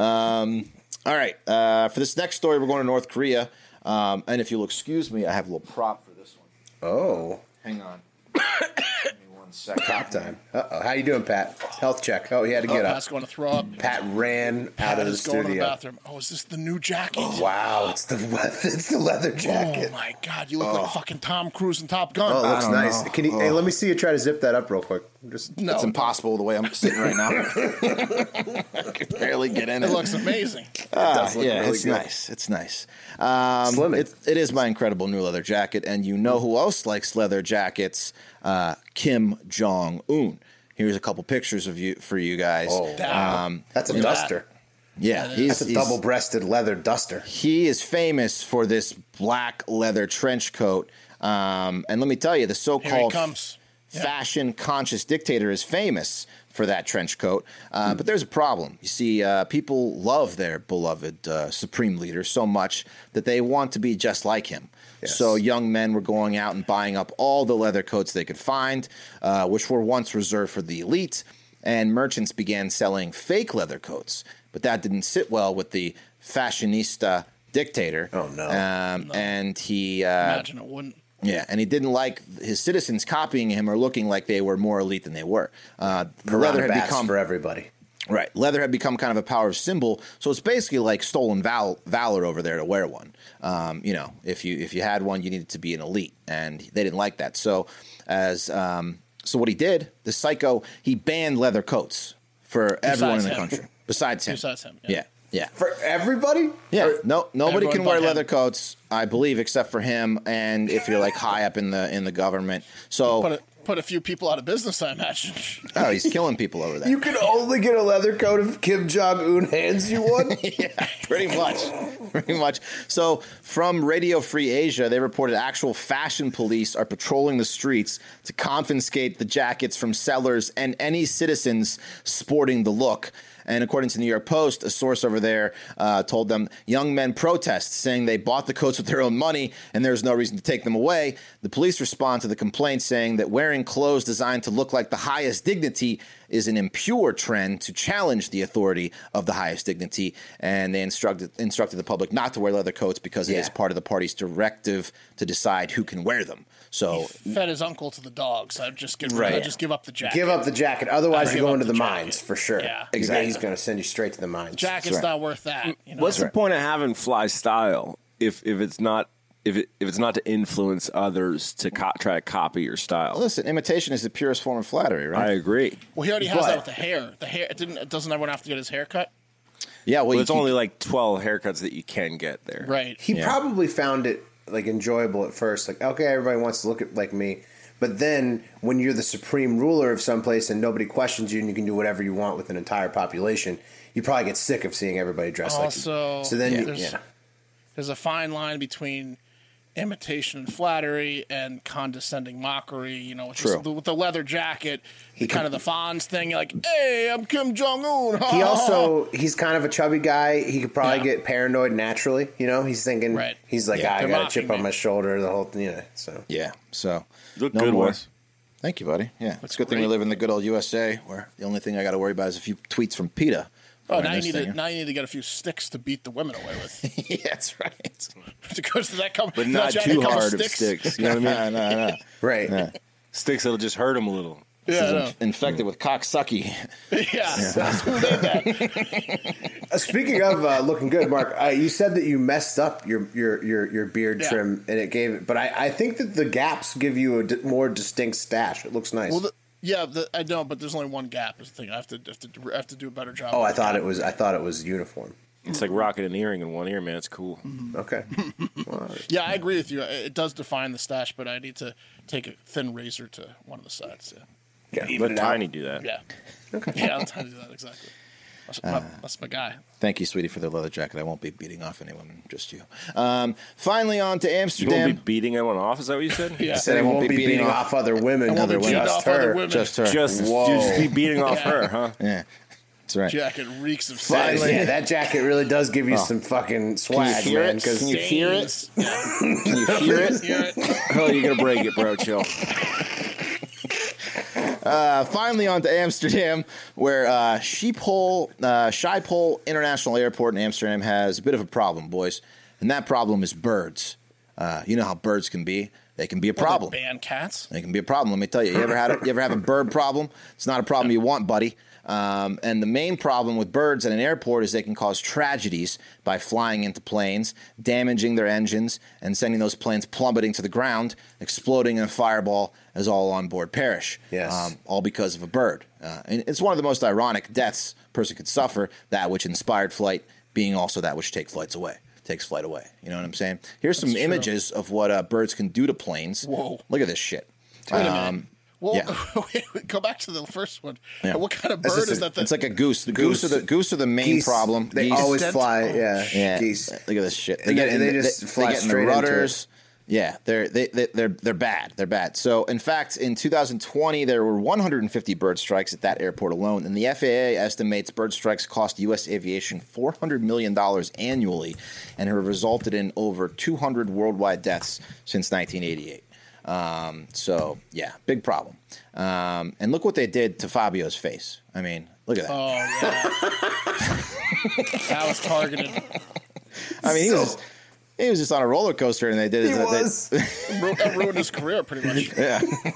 Um, all right. Uh, for this next story, we're going to North Korea. Um, and if you'll excuse me, I have a little prop for this one.
oh,
Hang on. Give me one second.
top time. Uh oh, how you doing, Pat? Health check. Oh, he had to get up.
Pat's going to throw up.
Pat ran out
Pat
of the
is going to the
studio.
bathroom. Oh, is this the new jacket? Oh,
wow, it's the weather, it's the leather jacket.
my God. You look like fucking Tom Cruise in Top Gun.
Oh, it looks
Oh. don't
nice.
know.
Can you? Hey, let me see you try to zip that up real quick. Just
no,
It's
it
impossible the way I'm sitting right now. I can barely get in it.
looks amazing.
Ah,
does look
yeah,
really
it's
good.
nice. It's nice. Um,
Slimming.
it, it is my incredible new leather jacket, and you know who else likes leather jackets? Uh, Kim Jong Un. Here's a couple pictures of you for you guys.
Oh,
Wow.
that's a
Yeah.
duster.
yeah, he's,
That's a
he's-
double-breasted leather duster.
He is famous for this black leather trench coat, um, and let me tell you, the
Here he
so-called
comes.
fashion conscious dictator is famous for that trench coat. Uh,
Hmm.
But there's a problem. You see, uh, people love their beloved uh, supreme leader so much that they want to be just like him.
Yes.
So young men were going out and buying up all the leather coats they could find, uh, which were once reserved for the elite. And merchants began selling fake leather coats, but that didn't sit well with the fashionista dictator.
Oh, no.
Um, And he uh,
Imagine it wouldn't.
yeah, and he didn't like his citizens copying him or looking like they were more elite than they were. Uh, the
Piranha
leather had
bats
become
for everybody.
right. Leather had become kind of a power symbol, so it's basically like stolen val- valor over there to wear one. Um, you know, if you if you had one, you needed to be an elite, and they didn't like that. So as um, so, what he did, the psycho, he banned leather coats for everyone in the
him.
country besides him.
Besides him,
yeah,
yeah.
yeah.
For everybody?
Yeah, no, nobody
everyone
can wear
but him.
leather coats, I believe, except for him. And if you're like high up in the in the government,
Put
so
a, put a few people out of business, I imagine.
oh, he's killing people over there,
You can only get a leather coat if Kim Jong Un hands you one.
pretty much, pretty much. So from Radio Free Asia, they reported actual fashion police are patrolling the streets to confiscate the jackets from sellers and any citizens sporting the look. And according to the New York Post, a source over there uh, told them young men protest, saying they bought the coats with their own money and there's no reason to take them away. The police respond to the complaint saying that wearing clothes designed to look like the highest dignity is an impure trend to challenge the authority of the highest dignity. And they instructed, instructed the public not to wear leather coats because it
Yeah.
is part of the party's directive to decide who can wear them. So,
Fed his uncle to the dogs. I'd just give,
Right.
I'd just give up the jacket.
Give up the jacket, otherwise
I'd
you're
give
going to
up
the,
the jacket.
mines for sure.
Yeah.
Because
Exactly.
He's going to send you straight to the mines.
Jacket's
That's right.
not worth that. You know?
What's the point of having fly style if if it's not if it, if it's not to influence others to co- try to copy your style.
Listen, imitation is the purest form of flattery, right?
I agree.
Well, he already has
But-
that with the hair. The hair. It didn't. It doesn't everyone have to get his hair cut?
yeah, well,
But
you
it's
keep-
only like twelve haircuts that you can get there.
Right.
he probably found it like enjoyable at first like okay everybody wants to look at like me but then when you're the supreme ruler of some place and nobody questions you and you can do whatever you want with an entire population you probably get sick of seeing everybody dressed like
Also,
you so then you,
there's-
yeah
There's a fine line between imitation and flattery and condescending mockery. You know, with,
True.
The, with the leather jacket,
He
kind
com-
of the Fonz thing. Like, hey, I'm Kim Jong Un.
he also he's kind of a chubby guy he could probably
Oh. Yeah.
get paranoid naturally you know he's thinking
Right.
he's like
Yeah.
"Ah, i
They're
got a
mocking
chip on
me."
my shoulder the whole thing you know so
Yeah, so
You look
no
good,
more.
Wes.
Thank you, buddy. Yeah, it's a good thing we
great.
live in the good old USA, where the only thing I got to worry about is a few tweets from PETA.
Oh,
Wearing
now you
this
need
thing,
to now you need to get a few sticks to beat the women away with.
yeah, that's right.
to go to that com-
But not
giant
too
couple
hard of sticks. You know what I mean?
no, no, no.
right
Sticks that'll just hurt them a little.
Yeah, I know.
Inf- infected with cocksucky.
yeah. That's who made that.
Uh, Speaking of uh, looking good, Mark, uh, you said that you messed up your your your, your beard
Yeah.
trim, and it gave it. But I, I think that the gaps give you a d- more distinct stash. It looks nice.
Well, the, yeah, the, I know, but there's only one gap. Is the thing I have to have to I have to do a better job.
oh,
with
I
the
thought
gap.
it was I thought it was uniform.
It's like rocking an earring in one ear, man. It's cool.
Okay,
Yeah, I agree with you. It it does define the stash, but I need to take a thin razor to one of the sides. Yeah,
yeah, even
Let
it out.
Tiny do that.
yeah, yeah. I'll tell you that exactly. That's, my,
Uh,
that's my guy.
Thank you, sweetie, for the leather jacket. I won't be beating off anyone, just you. Um, finally, on to
You won't
Amsterdam.
be beating anyone off. Is that what you said?
Yeah,
Said I won't be beating, off, other women.
I won't be
other women.
beating
Just
off other
her.
women.
Just her.
Just,
Whoa.
just be beating off
Yeah.
her, huh?
yeah, that's right.
jacket reeks of
That
stains.
is- yeah, that jacket really does give you some fucking swag,
hear
man.
it?
'cause-
Can you hear it? Can you hear it?
Yeah,
Hell, you're gonna break it, bro. Chill.
finally on to Amsterdam, where uh, Schiphol, uh, Schiphol International Airport in Amsterdam has a bit of a problem, boys. And that problem is birds. Uh, you know how birds can be. They can be a problem.
Ban cats.
It can be a problem. Let me tell you. You ever had a, you ever have a bird problem? It's not a problem you want, buddy. Um, and the main problem with birds at an airport is they can cause tragedies by flying into planes, damaging their engines, and sending those planes plummeting to the ground, exploding in a fireball as all on board perish. Um,
Yes.
all because of a bird. Uh, and it's one of the most ironic deaths a person could suffer. That which inspired flight being also that which takes flights away. Takes flight away. You know what I'm saying? Here's some images of what uh, birds can do to planes.
Whoa.
Look at this shit.
Wait a minute.
Um,
Well,
yeah.
wait, go back to the first one.
Yeah.
What kind of
That's
bird
just
is
a-
that?
it's like a goose. The goose,
Goose.
are the goose are the main
geese,
problem.
They
Geese.
always
Dent-
fly.
oh,
yeah,
yeah. uh,
geese.
Look at this shit.
They get-
in
they
the-
just
they
fly
get in the
straight into it.
rudders. Yeah, they're they, they, they're they're bad. They're bad. So in fact, in 2020, there were 150 bird strikes at that airport alone, and the FAA estimates bird strikes cost U.S. aviation 400 million dollars annually, and have resulted in over 200 worldwide deaths since 1988. Um, so yeah, big problem. Um, and look what they did to Fabio's face. I mean, look at that.
oh yeah, that was targeted.
I mean, he was he was just on a roller coaster, and they did
He
they-
was.
Ru- that ruined his career pretty much.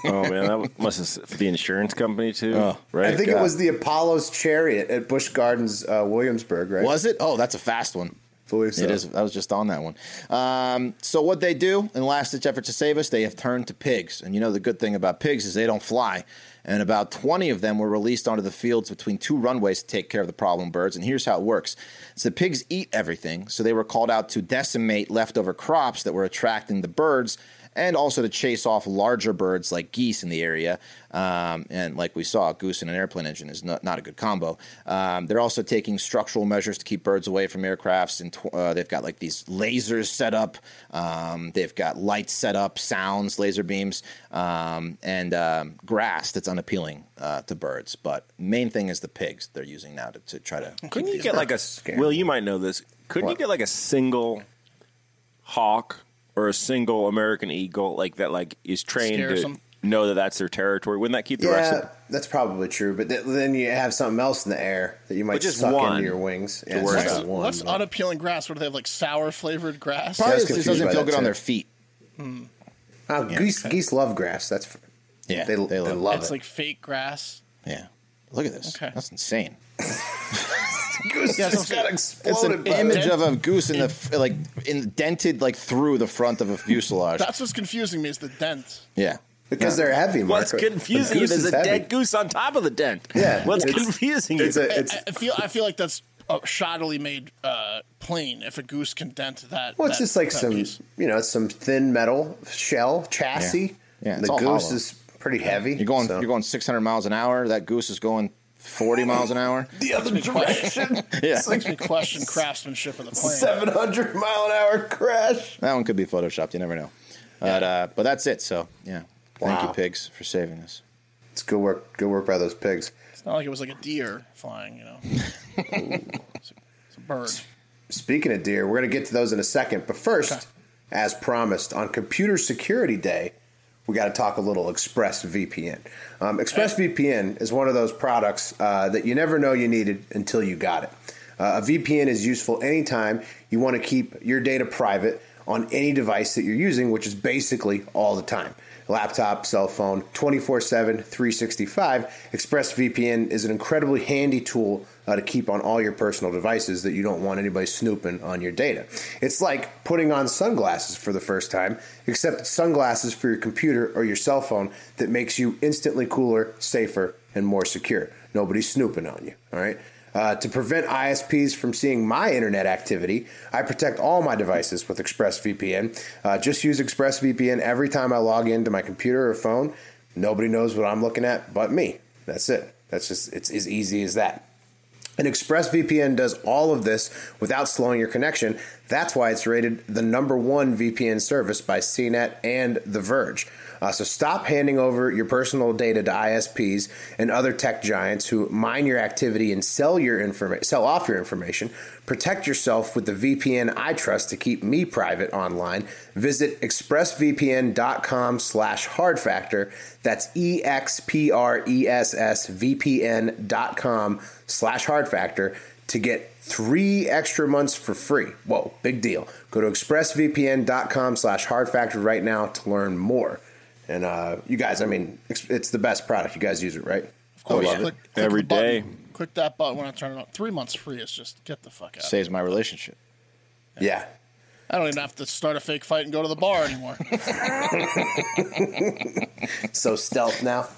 Oh man, that must have for the insurance company too, right?
I think it
God.
was the Apollo's chariot at Busch Gardens, uh, Williamsburg, right?
Was it? Oh, that's a fast one.
Believe so.
It is. I was just on that one. Um, so what they do in last ditch effort to save us, they have turned to pigs. And you know the good thing about pigs is they don't fly. And about 20 of them were released onto the fields between two runways to take care of the problem birds. And here's how it works. So the pigs eat everything. So they were called out to decimate leftover crops that were attracting the birds and also to chase off larger birds like geese in the area. Um, and like we saw, a goose and an airplane engine is not, not a good combo. Um, they're also taking structural measures to keep birds away from aircrafts, and tw- uh, they've got like these lasers set up. Um, they've got lights set up, sounds, laser beams, um, and um, grass that's unappealing uh, to birds. But main thing is the pigs they're using now to, to try to. keep
Couldn't you
these
get like a
birds.
Will? You might know this. Couldn't you
What?
get like a single hawk or a single American eagle like that? Like is trained
Scares
to
them.
know that that's their territory. Wouldn't that keep the rest of
Yeah, that's probably true. But th- then you have something else in the air that you might
But just
suck
one
into your wings. Yeah,
worry
it's
What's,
just
about.
one,
what's
but-
unappealing grass? What do they have? Like sour flavored grass?
Probably
was
just- it
confused
doesn't
by
feel
that,
good on
too.
their feet.
Oh, geese, geese love grass. That's f-
Yeah,
they, they love,
it's
it.
like fake grass.
Yeah. Look at this.
Okay.
That's insane.
Goose
Yeah,
just
so-
got
It's
exploded
an
by
image
that.
of a goose in the f- like in dented like through the front of a fuselage.
That's what's confusing me is the dent.
yeah,
because they're heavy.
What's
Marco. The
confusing
goose
is a
heavy.
dead goose on top of the dent.
Yeah,
What's
it's-
confusing
It's
is
a it's
I, I feel I feel like that's a shoddily made uh, plane. If a goose can dent that,
Well, it's
that-
just like
that
some,
piece.
you know, it's some thin metal shell chassis.
Yeah. Yeah, it's
the
all
goose
hollow.
is pretty heavy.
you're going
so-
you're going 600 miles an hour. That goose is going 40 miles an hour.
the other direction.
Yeah,
Makes me question craftsmanship of the plane.
Seven hundred mile an hour crash.
that one could be photoshopped. You never know. But uh, but that's it. So yeah, thank you
Wow.
pigs for saving us.
It's good work. Good work by those pigs.
It's not like it was like a deer flying, you know. it's, a, it's a bird.
Speaking of deer, we're going to get to those in a second. But first, as promised, on Computer Security Day, we got to talk a little ExpressVPN. Um, ExpressVPN is one of those products uh, that you never know you needed until you got it. Uh, a VPN is useful anytime you want to keep your data private on any device that you're using, which is basically all the time. Laptop, cell phone, 24 7, 365. ExpressVPN is an incredibly handy tool uh, to keep on all your personal devices that you don't want anybody snooping on your data. It's like putting on sunglasses for the first time, except it's sunglasses for your computer or your cell phone that makes you instantly cooler, safer, and more secure. Nobody's snooping on you, all right? Uh, to prevent ISPs from seeing my internet activity, I protect all my devices with ExpressVPN. Uh, just use ExpressVPN every time I log into my computer or phone. Nobody knows what I'm looking at but me. That's it. That's just, it's as easy as that. And ExpressVPN does all of this without slowing your connection. That's why it's rated the number one VPN service by CNET and The Verge. Uh, so stop handing over your personal data to ISPs and other tech giants who mine your activity and sell your informa- sell off your information. Protect yourself with the VPN I trust to keep me private online. Visit expressvpn.com slash hardfactor. That's E E-X-P-R-E-S-S-V-P-N.com slash hard factor to get three extra months for free. Whoa, big deal. Go to expressvpn.com slash hard factor right now to learn more. And uh, you guys, I mean, it's, it's the best product. You guys use it, right?
Of course,
yeah.
click, click
Every
the button,
day.
Click that button when I turn it on. Three months free is just get the fuck out.
Saves my relationship.
Yeah.
I don't even have to start a fake fight and go to the bar anymore.
So stealth now.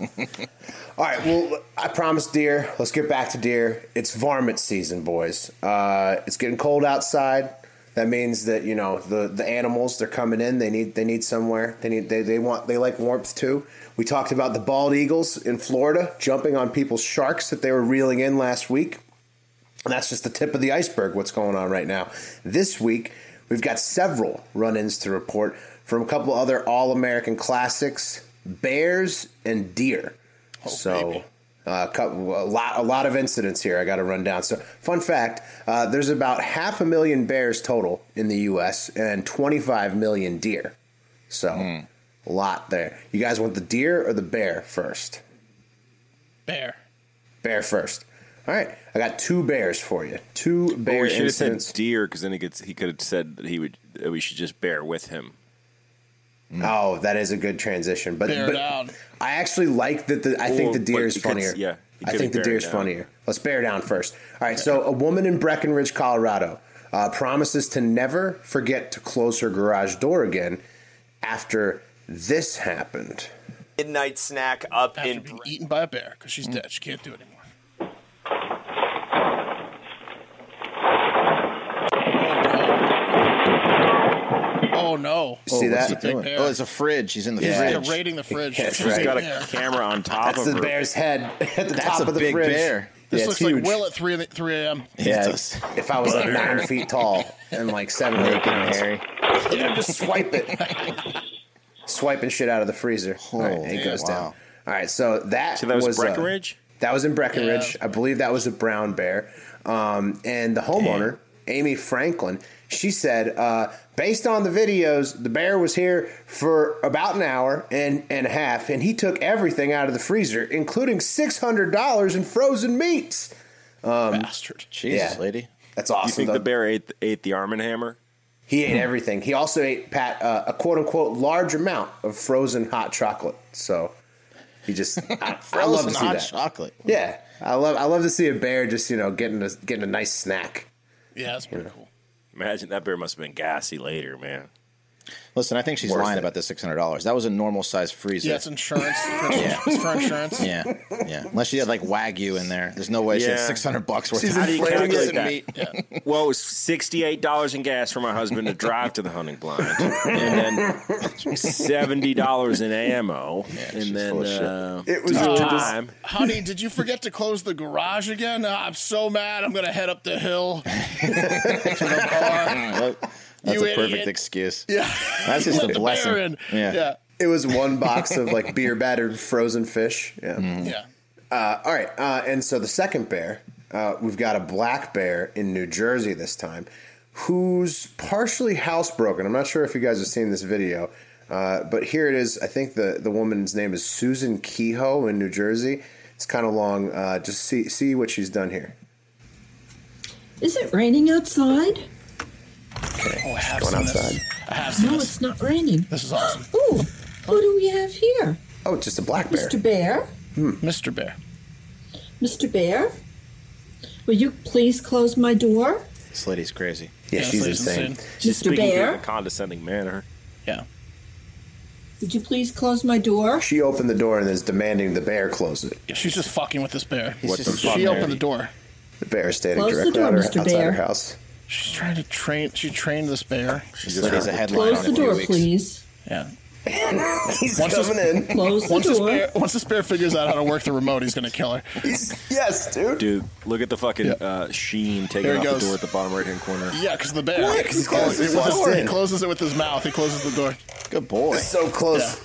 All right. Well, I promised deer. Let's get back to deer. It's varmint season, boys. Uh, it's getting cold outside. That means that you know the the animals they're coming in. They need they need somewhere. They need they, they want they like warmth too. We talked about the bald eagles in Florida jumping on people's sharks that they were reeling in last week. And that's just the tip of the iceberg, what's going on right now. This week, we've got several run ins to report from a couple other All American classics bears and deer. so. Uh, cou- a lot, a lot of incidents here. I got to run down. So, fun fact: uh, there's about half a million bears total in the U.S. and 25 million deer. So, a lot there. You guys want the deer or the bear first?
Bear.
Bear first. All right, I got two bears for you. Two bear
we should have said
incidents.
deer because then it gets. He could have said that he would. That we should just bear with him. Mm.
Oh, that is a good transition. But,
Bear
but
down.
I actually like that. The, I think
Well,
the deer
but
is
you could-
funnier.
yeah, you
I
could
think the
bear
deer is
down.
funnier. Let's bear down first. All right. So a woman in Breckenridge, Colorado, uh, promises to never forget to close her garage door again after this happened.
midnight snack up
After
in.
being eaten by a bear because she's dead. She can't do it anymore. Oh no. Oh,
See
what's
that?
he doing?
Big bear.
Oh, it's a fridge. He's in the
Yeah.
no.
fridge.
They're raiding the fridge.
That's
She's
right.
He's
a
got a
bear.
camera on top
That's
of
the
her.
bear's head at the
That's
top
a
of the
big
fridge.
bear.
This
yeah,
looks
it's huge.
like Will at 3, 3 a.m.
Yeah, it's
if I was like nine feet tall and like seven or eight
Bacon and
pounds.
Harry.
Yeah, just swipe it. Swiping shit out of the freezer. All right, it
man,
goes
wow.
down. All right, so that,
So that was,
uh,
Breckenridge.
that was in Breckenridge.
Yeah.
I believe that was a brown bear. Um, and the homeowner, Amy Franklin, she said, uh, based on the videos, the bear was here for about an hour and, and a half, and he took everything out of the freezer, including $600 in frozen meats.
Bastard.
Jesus,
Yeah.
lady.
That's awesome.
you think
though.
the bear ate the, ate the arm and hammer?
He
Hmm.
ate everything. He also ate Pat uh, a quote unquote large amount of frozen hot chocolate. So He just, I, I love to see
hot
that.
chocolate.
Yeah, I love, I love to see a bear just you know getting a getting a nice snack.
Yeah, that's pretty cool.
Imagine that bear must have been gassy later, man.
Listen, I think she's
Worth
lying
it.
about the six hundred dollars. That was a normal size freezer.
Yeah, it's insurance. It's for insurance.
yeah, yeah. Unless she had like wagyu in there, there's no way she had
Yeah.
six hundred bucks worth
She's
of
How do you
inflating
calculate
it.
frozen
that?
meat.
Well, it was sixty-eight dollars in gas for my husband to drive to the hunting blind, and then seventy dollars in ammo,
she's
and then
full of shit.
uh,
It was
diesel
really just-
time.
Honey, did you forget to close the garage again? Uh, I'm so mad. I'm gonna head up the hill to the bar.
That's
You
a perfect
idiot.
excuse.
Yeah,
That's just a
Let the
blessing.
bear in.
Yeah.
yeah,
It was one box of like beer battered frozen fish. Yeah.
Hmm.
yeah.
All right, uh, and so the second bear, uh, we've got a black bear in New Jersey this time, who's partially housebroken. I'm not sure if you guys have seen this video, uh, but here it is. I think the the woman's name is Susan Kehoe in New Jersey. It's kind of long. Uh, just see see what she's done here.
Is it raining outside?
Oh, I have seen this. I have seen
No,
this.
it's not raining.
This is awesome,
Ooh, what do we have here?
Oh, it's just a black bear.
Mr. Bear?
Mr. Bear.
Mr. Bear? Will you please close my door?
This lady's crazy.
Yeah,
Yeah,
she's
this lady's
insane.
insane.
She's
Mr.
speaking to you in
Bear?
a condescending manner.
Yeah,
Would you please close my door?
She opened the door and is demanding the bear close it.
Yeah, she's just fucking with this bear.
He's
What the
just-
fuck,
She
man?
opened the door.
The bear is standing
Close the
directly
door,
out her-
Mr.
outside
Bear.
her house.
She's trying to train. She trained this bear.
This lady's a headline
Close
on in a
the
few
door,
weeks.
please.
Yeah.
He's
Once this-
coming in.
Close the
Once this
door.
bear, once this bear figures out how to work the remote, he's gonna kill her.
He's, yes, dude.
Dude, look at the fucking
Yeah.
uh, sheen
There
taking
he
off
goes.
the door at the bottom right hand corner.
Yeah, because the bear.
What?
He closes, it with
Walks
his, he
in.
closes it with his mouth. He closes the door.
Good boy.
so close.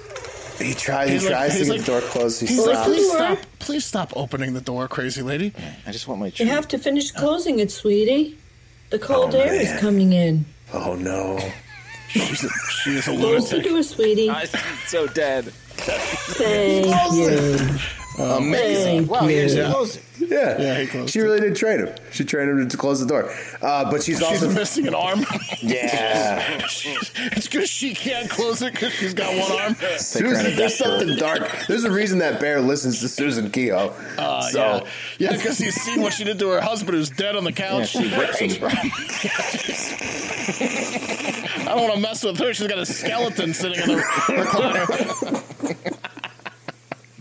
He tries.
He's
he
like-
tries to
he's
get
like-
the door closed. He
He's like,
stops.
please
Door.
stop, please stop opening the door, crazy lady.
I just want my.
You
treat.
have to finish closing it, sweetie. The cold air
man.
is coming in.
oh no!
She's a, she is a
Close the
lunatic.
door, sweetie.
I'm so dead.
Thank you.
Amazing.
Thank
Wow,
you.
here's
Yeah.
Yeah,
Yeah, he closed
she really did train him. She trained him to close the door. Uh, but she's
She's
also
missing an arm.
yeah.
it's because she can't close it because she's got one arm.
Susan,
credit,
there's
that's
something dark. There's a reason that bear listens to Susan Keogh.
Uh,
so
yeah, yeah, because he's seen what she did to her husband, who's dead on the couch.
she rips him.
I don't want to mess with her. She's got a skeleton sitting in the recliner.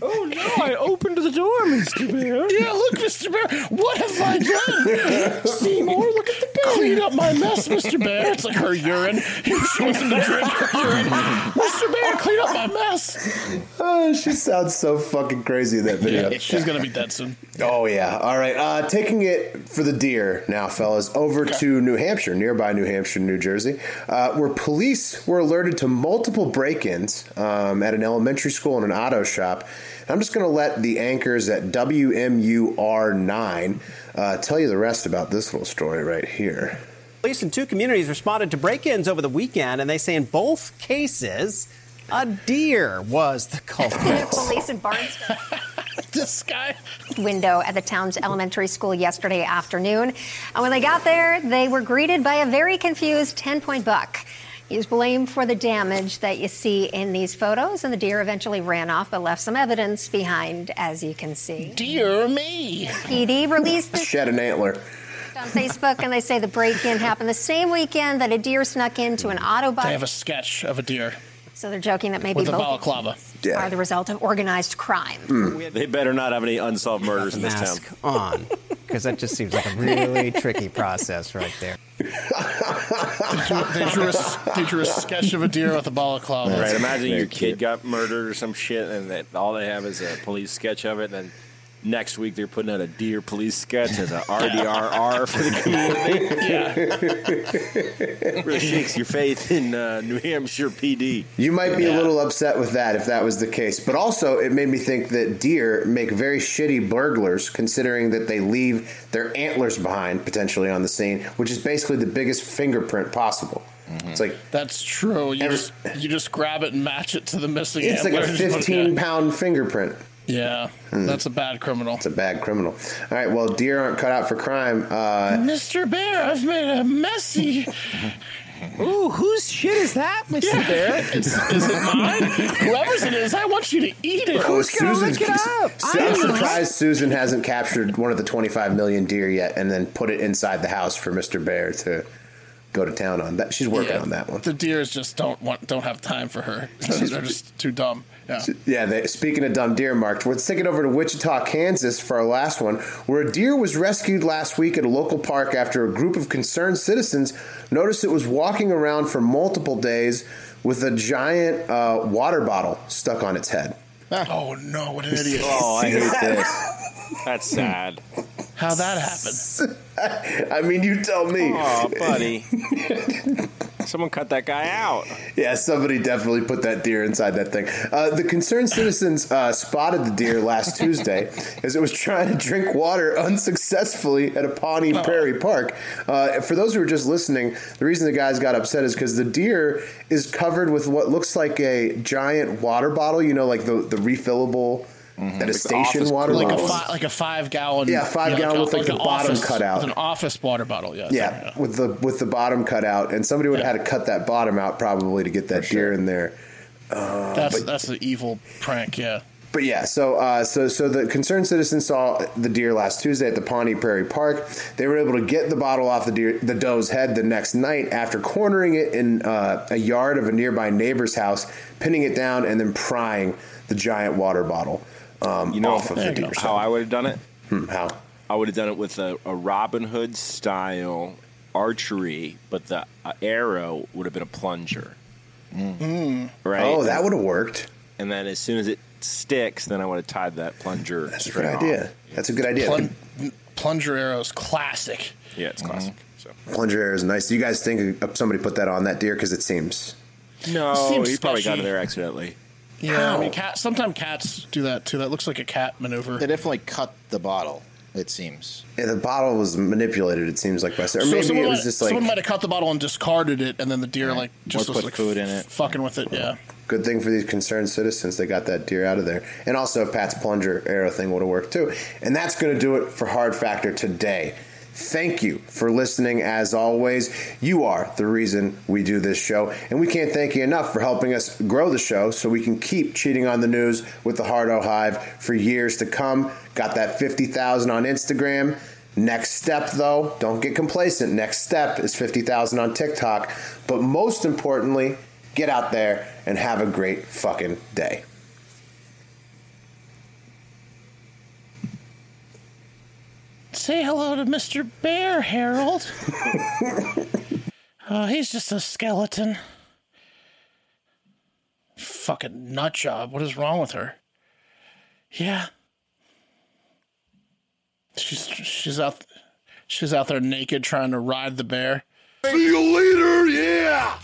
Oh no, I opened the door, Mr. Bear.
Yeah, look, Mr. Bear, what have I done? Seymour, look at the bear. Clean up my mess, Mr. Bear. It's like her urine. She wants him to drink her urine. Mr. Bear, clean up my mess.
uh, she sounds so fucking crazy in that video.
She's gonna be dead soon.
Oh yeah. All right. Uh, taking it for the deer now, fellas, over to New Hampshire, nearby New Hampshire, New Jersey, uh, where police were alerted to multiple break-ins um, at an elementary school and an auto shop. And I'm just going to let the anchors at WMUR9 uh, tell you the rest about this little story right here.
Police in two communities responded to break ins over the weekend, and they say in both cases, a deer was the culprit.
Police in Barnesville
This guy.
window at the town's elementary school yesterday afternoon. And when they got there, they were greeted by a very confused 10 point buck. He is blamed for the damage that you see in these photos, and the deer eventually ran off but left some evidence behind, as you can see.
Dear me.
PD released this
Shed an antler.
on Facebook, and they say the break in happened the same weekend that a deer snuck into an auto
They have
body.
a sketch of a deer
so they're joking that maybe
with a
both
balaclava.
Yeah.
are the result of organized crime.
They better not have any unsolved murders in this town.
Mask on, because that just seems like a really tricky process right there.
They drew, a, they drew a sketch of a deer with a balaclava.
Right, imagine
very
your kid got murdered or some shit, and that all they have is a police sketch of it. And next week they're putting out a deer police sketch as a RDRR for the community.
Yeah.
really shakes your faith in uh, New Hampshire PD.
You might be a little upset with that if that was the case, but also it made me think that deer make very shitty burglars, considering that they leave their antlers behind potentially on the scene, which is basically the biggest fingerprint possible.
Mm-hmm.
It's like
That's true. You
Every-
just you just grab it and match it to the missing.
it's like a
antlers.
15 pound fingerprint.
Yeah, that's a bad criminal.
Hmm. It's a bad criminal. All right, well, deer aren't cut out for crime. Uh,
Mr. Bear, I've made a messy.
Ooh, whose shit is that, Mr. Bear?
Is it mine? Whoever's it is, I want you to eat it.
Oh, I'm surprised Susan hasn't captured one of the 25 million deer yet and then put it inside the house for Mr. Bear to go to town on. That she's working
Yeah.
on that one.
The deers just don't want, don't have time for her. They're just too dumb. Yeah.
Yeah, they, speaking of dumb deer, Mark, let's take it over to Wichita, Kansas for our last one, where a deer was rescued last week at a local park after a group of concerned citizens noticed it was walking around for multiple days with a giant uh, water bottle stuck on its head.
Oh no! What an idiot!
Oh, I hate this. That's sad.
How that happened?
I mean, you tell me.
Oh, buddy. Someone cut that guy out.
Yeah, somebody definitely put that deer inside that thing. Uh, the concerned citizens uh, spotted the deer last Tuesday as it was trying to drink water unsuccessfully at a Pawnee Prairie park. Uh, for those who are just listening, the reason the guys got upset is because the deer is covered with what looks like a giant water bottle. You know, like the the refillable at a
Like the
station
office
water
Like a
bottle.
fi- like a five gallon.
Yeah, five gallon with, like, the
an
bottom
office-
cut out.
With an office water bottle. Yeah.
yeah, with the with the bottom cut out, and somebody would have had to cut that bottom out probably to get that deer in there.
That's that's an evil prank. Yeah.
But yeah, so uh, so so the concerned citizens saw the deer last Tuesday at the Pawnee Prairie Park. They were able to get the bottle off the deer, the doe's head the next night after cornering it in uh, a yard of a nearby neighbor's house, pinning it down, and then prying the giant water bottle um,
You know
off of the
how
deer's
I would have done it?
Hmm, how?
I would have done it with a, a Robin Hood style archery, but the uh, arrow would have been a plunger. Right?
Oh, that would have worked.
And then as soon as it sticks, then I would have tied that plunger.
That's a
string
good
off.
idea. That's a good idea.
Plun- plunger arrows, classic.
Yeah, it's
Mm.
classic. So.
Plunger air is nice. Do you guys think uh, somebody put that on that deer? Because it seems
No,
Mm-hmm. Seems
he probably got
sketchy.
it there accidentally.
Yeah. I mean, cat. Sometimes cats do that too. That looks like a cat maneuver.
They definitely cut the bottle. It seems.
yeah, the bottle was manipulated. It seems like by or
So
maybe
someone
it was
might,
just
someone
like
might have cut the bottle and discarded it, and then the deer like just
Or
was
put
like
food in
f-
it.
fucking with it. Yeah.
Good thing for these concerned citizens, they got that deer out of there. And also, Pat's plunger arrow thing would have worked too. And that's going to do it for Hard Factor today. Thank you for listening. As always, you are the reason we do this show. And we can't thank you enough for helping us grow the show so we can keep cheating on the news with the Hard O Hive for years to come. Got that 50,000 on Instagram. Next step, though, don't get complacent. Next step is 50,000 on TikTok. But most importantly, get out there and have a great fucking day.
Say hello to Mr. Bear, Harold. oh, he's just a skeleton. Fucking nut job. What is wrong with her? Yeah. She's she's out she's out there naked trying to ride the bear.
See you later, yeah!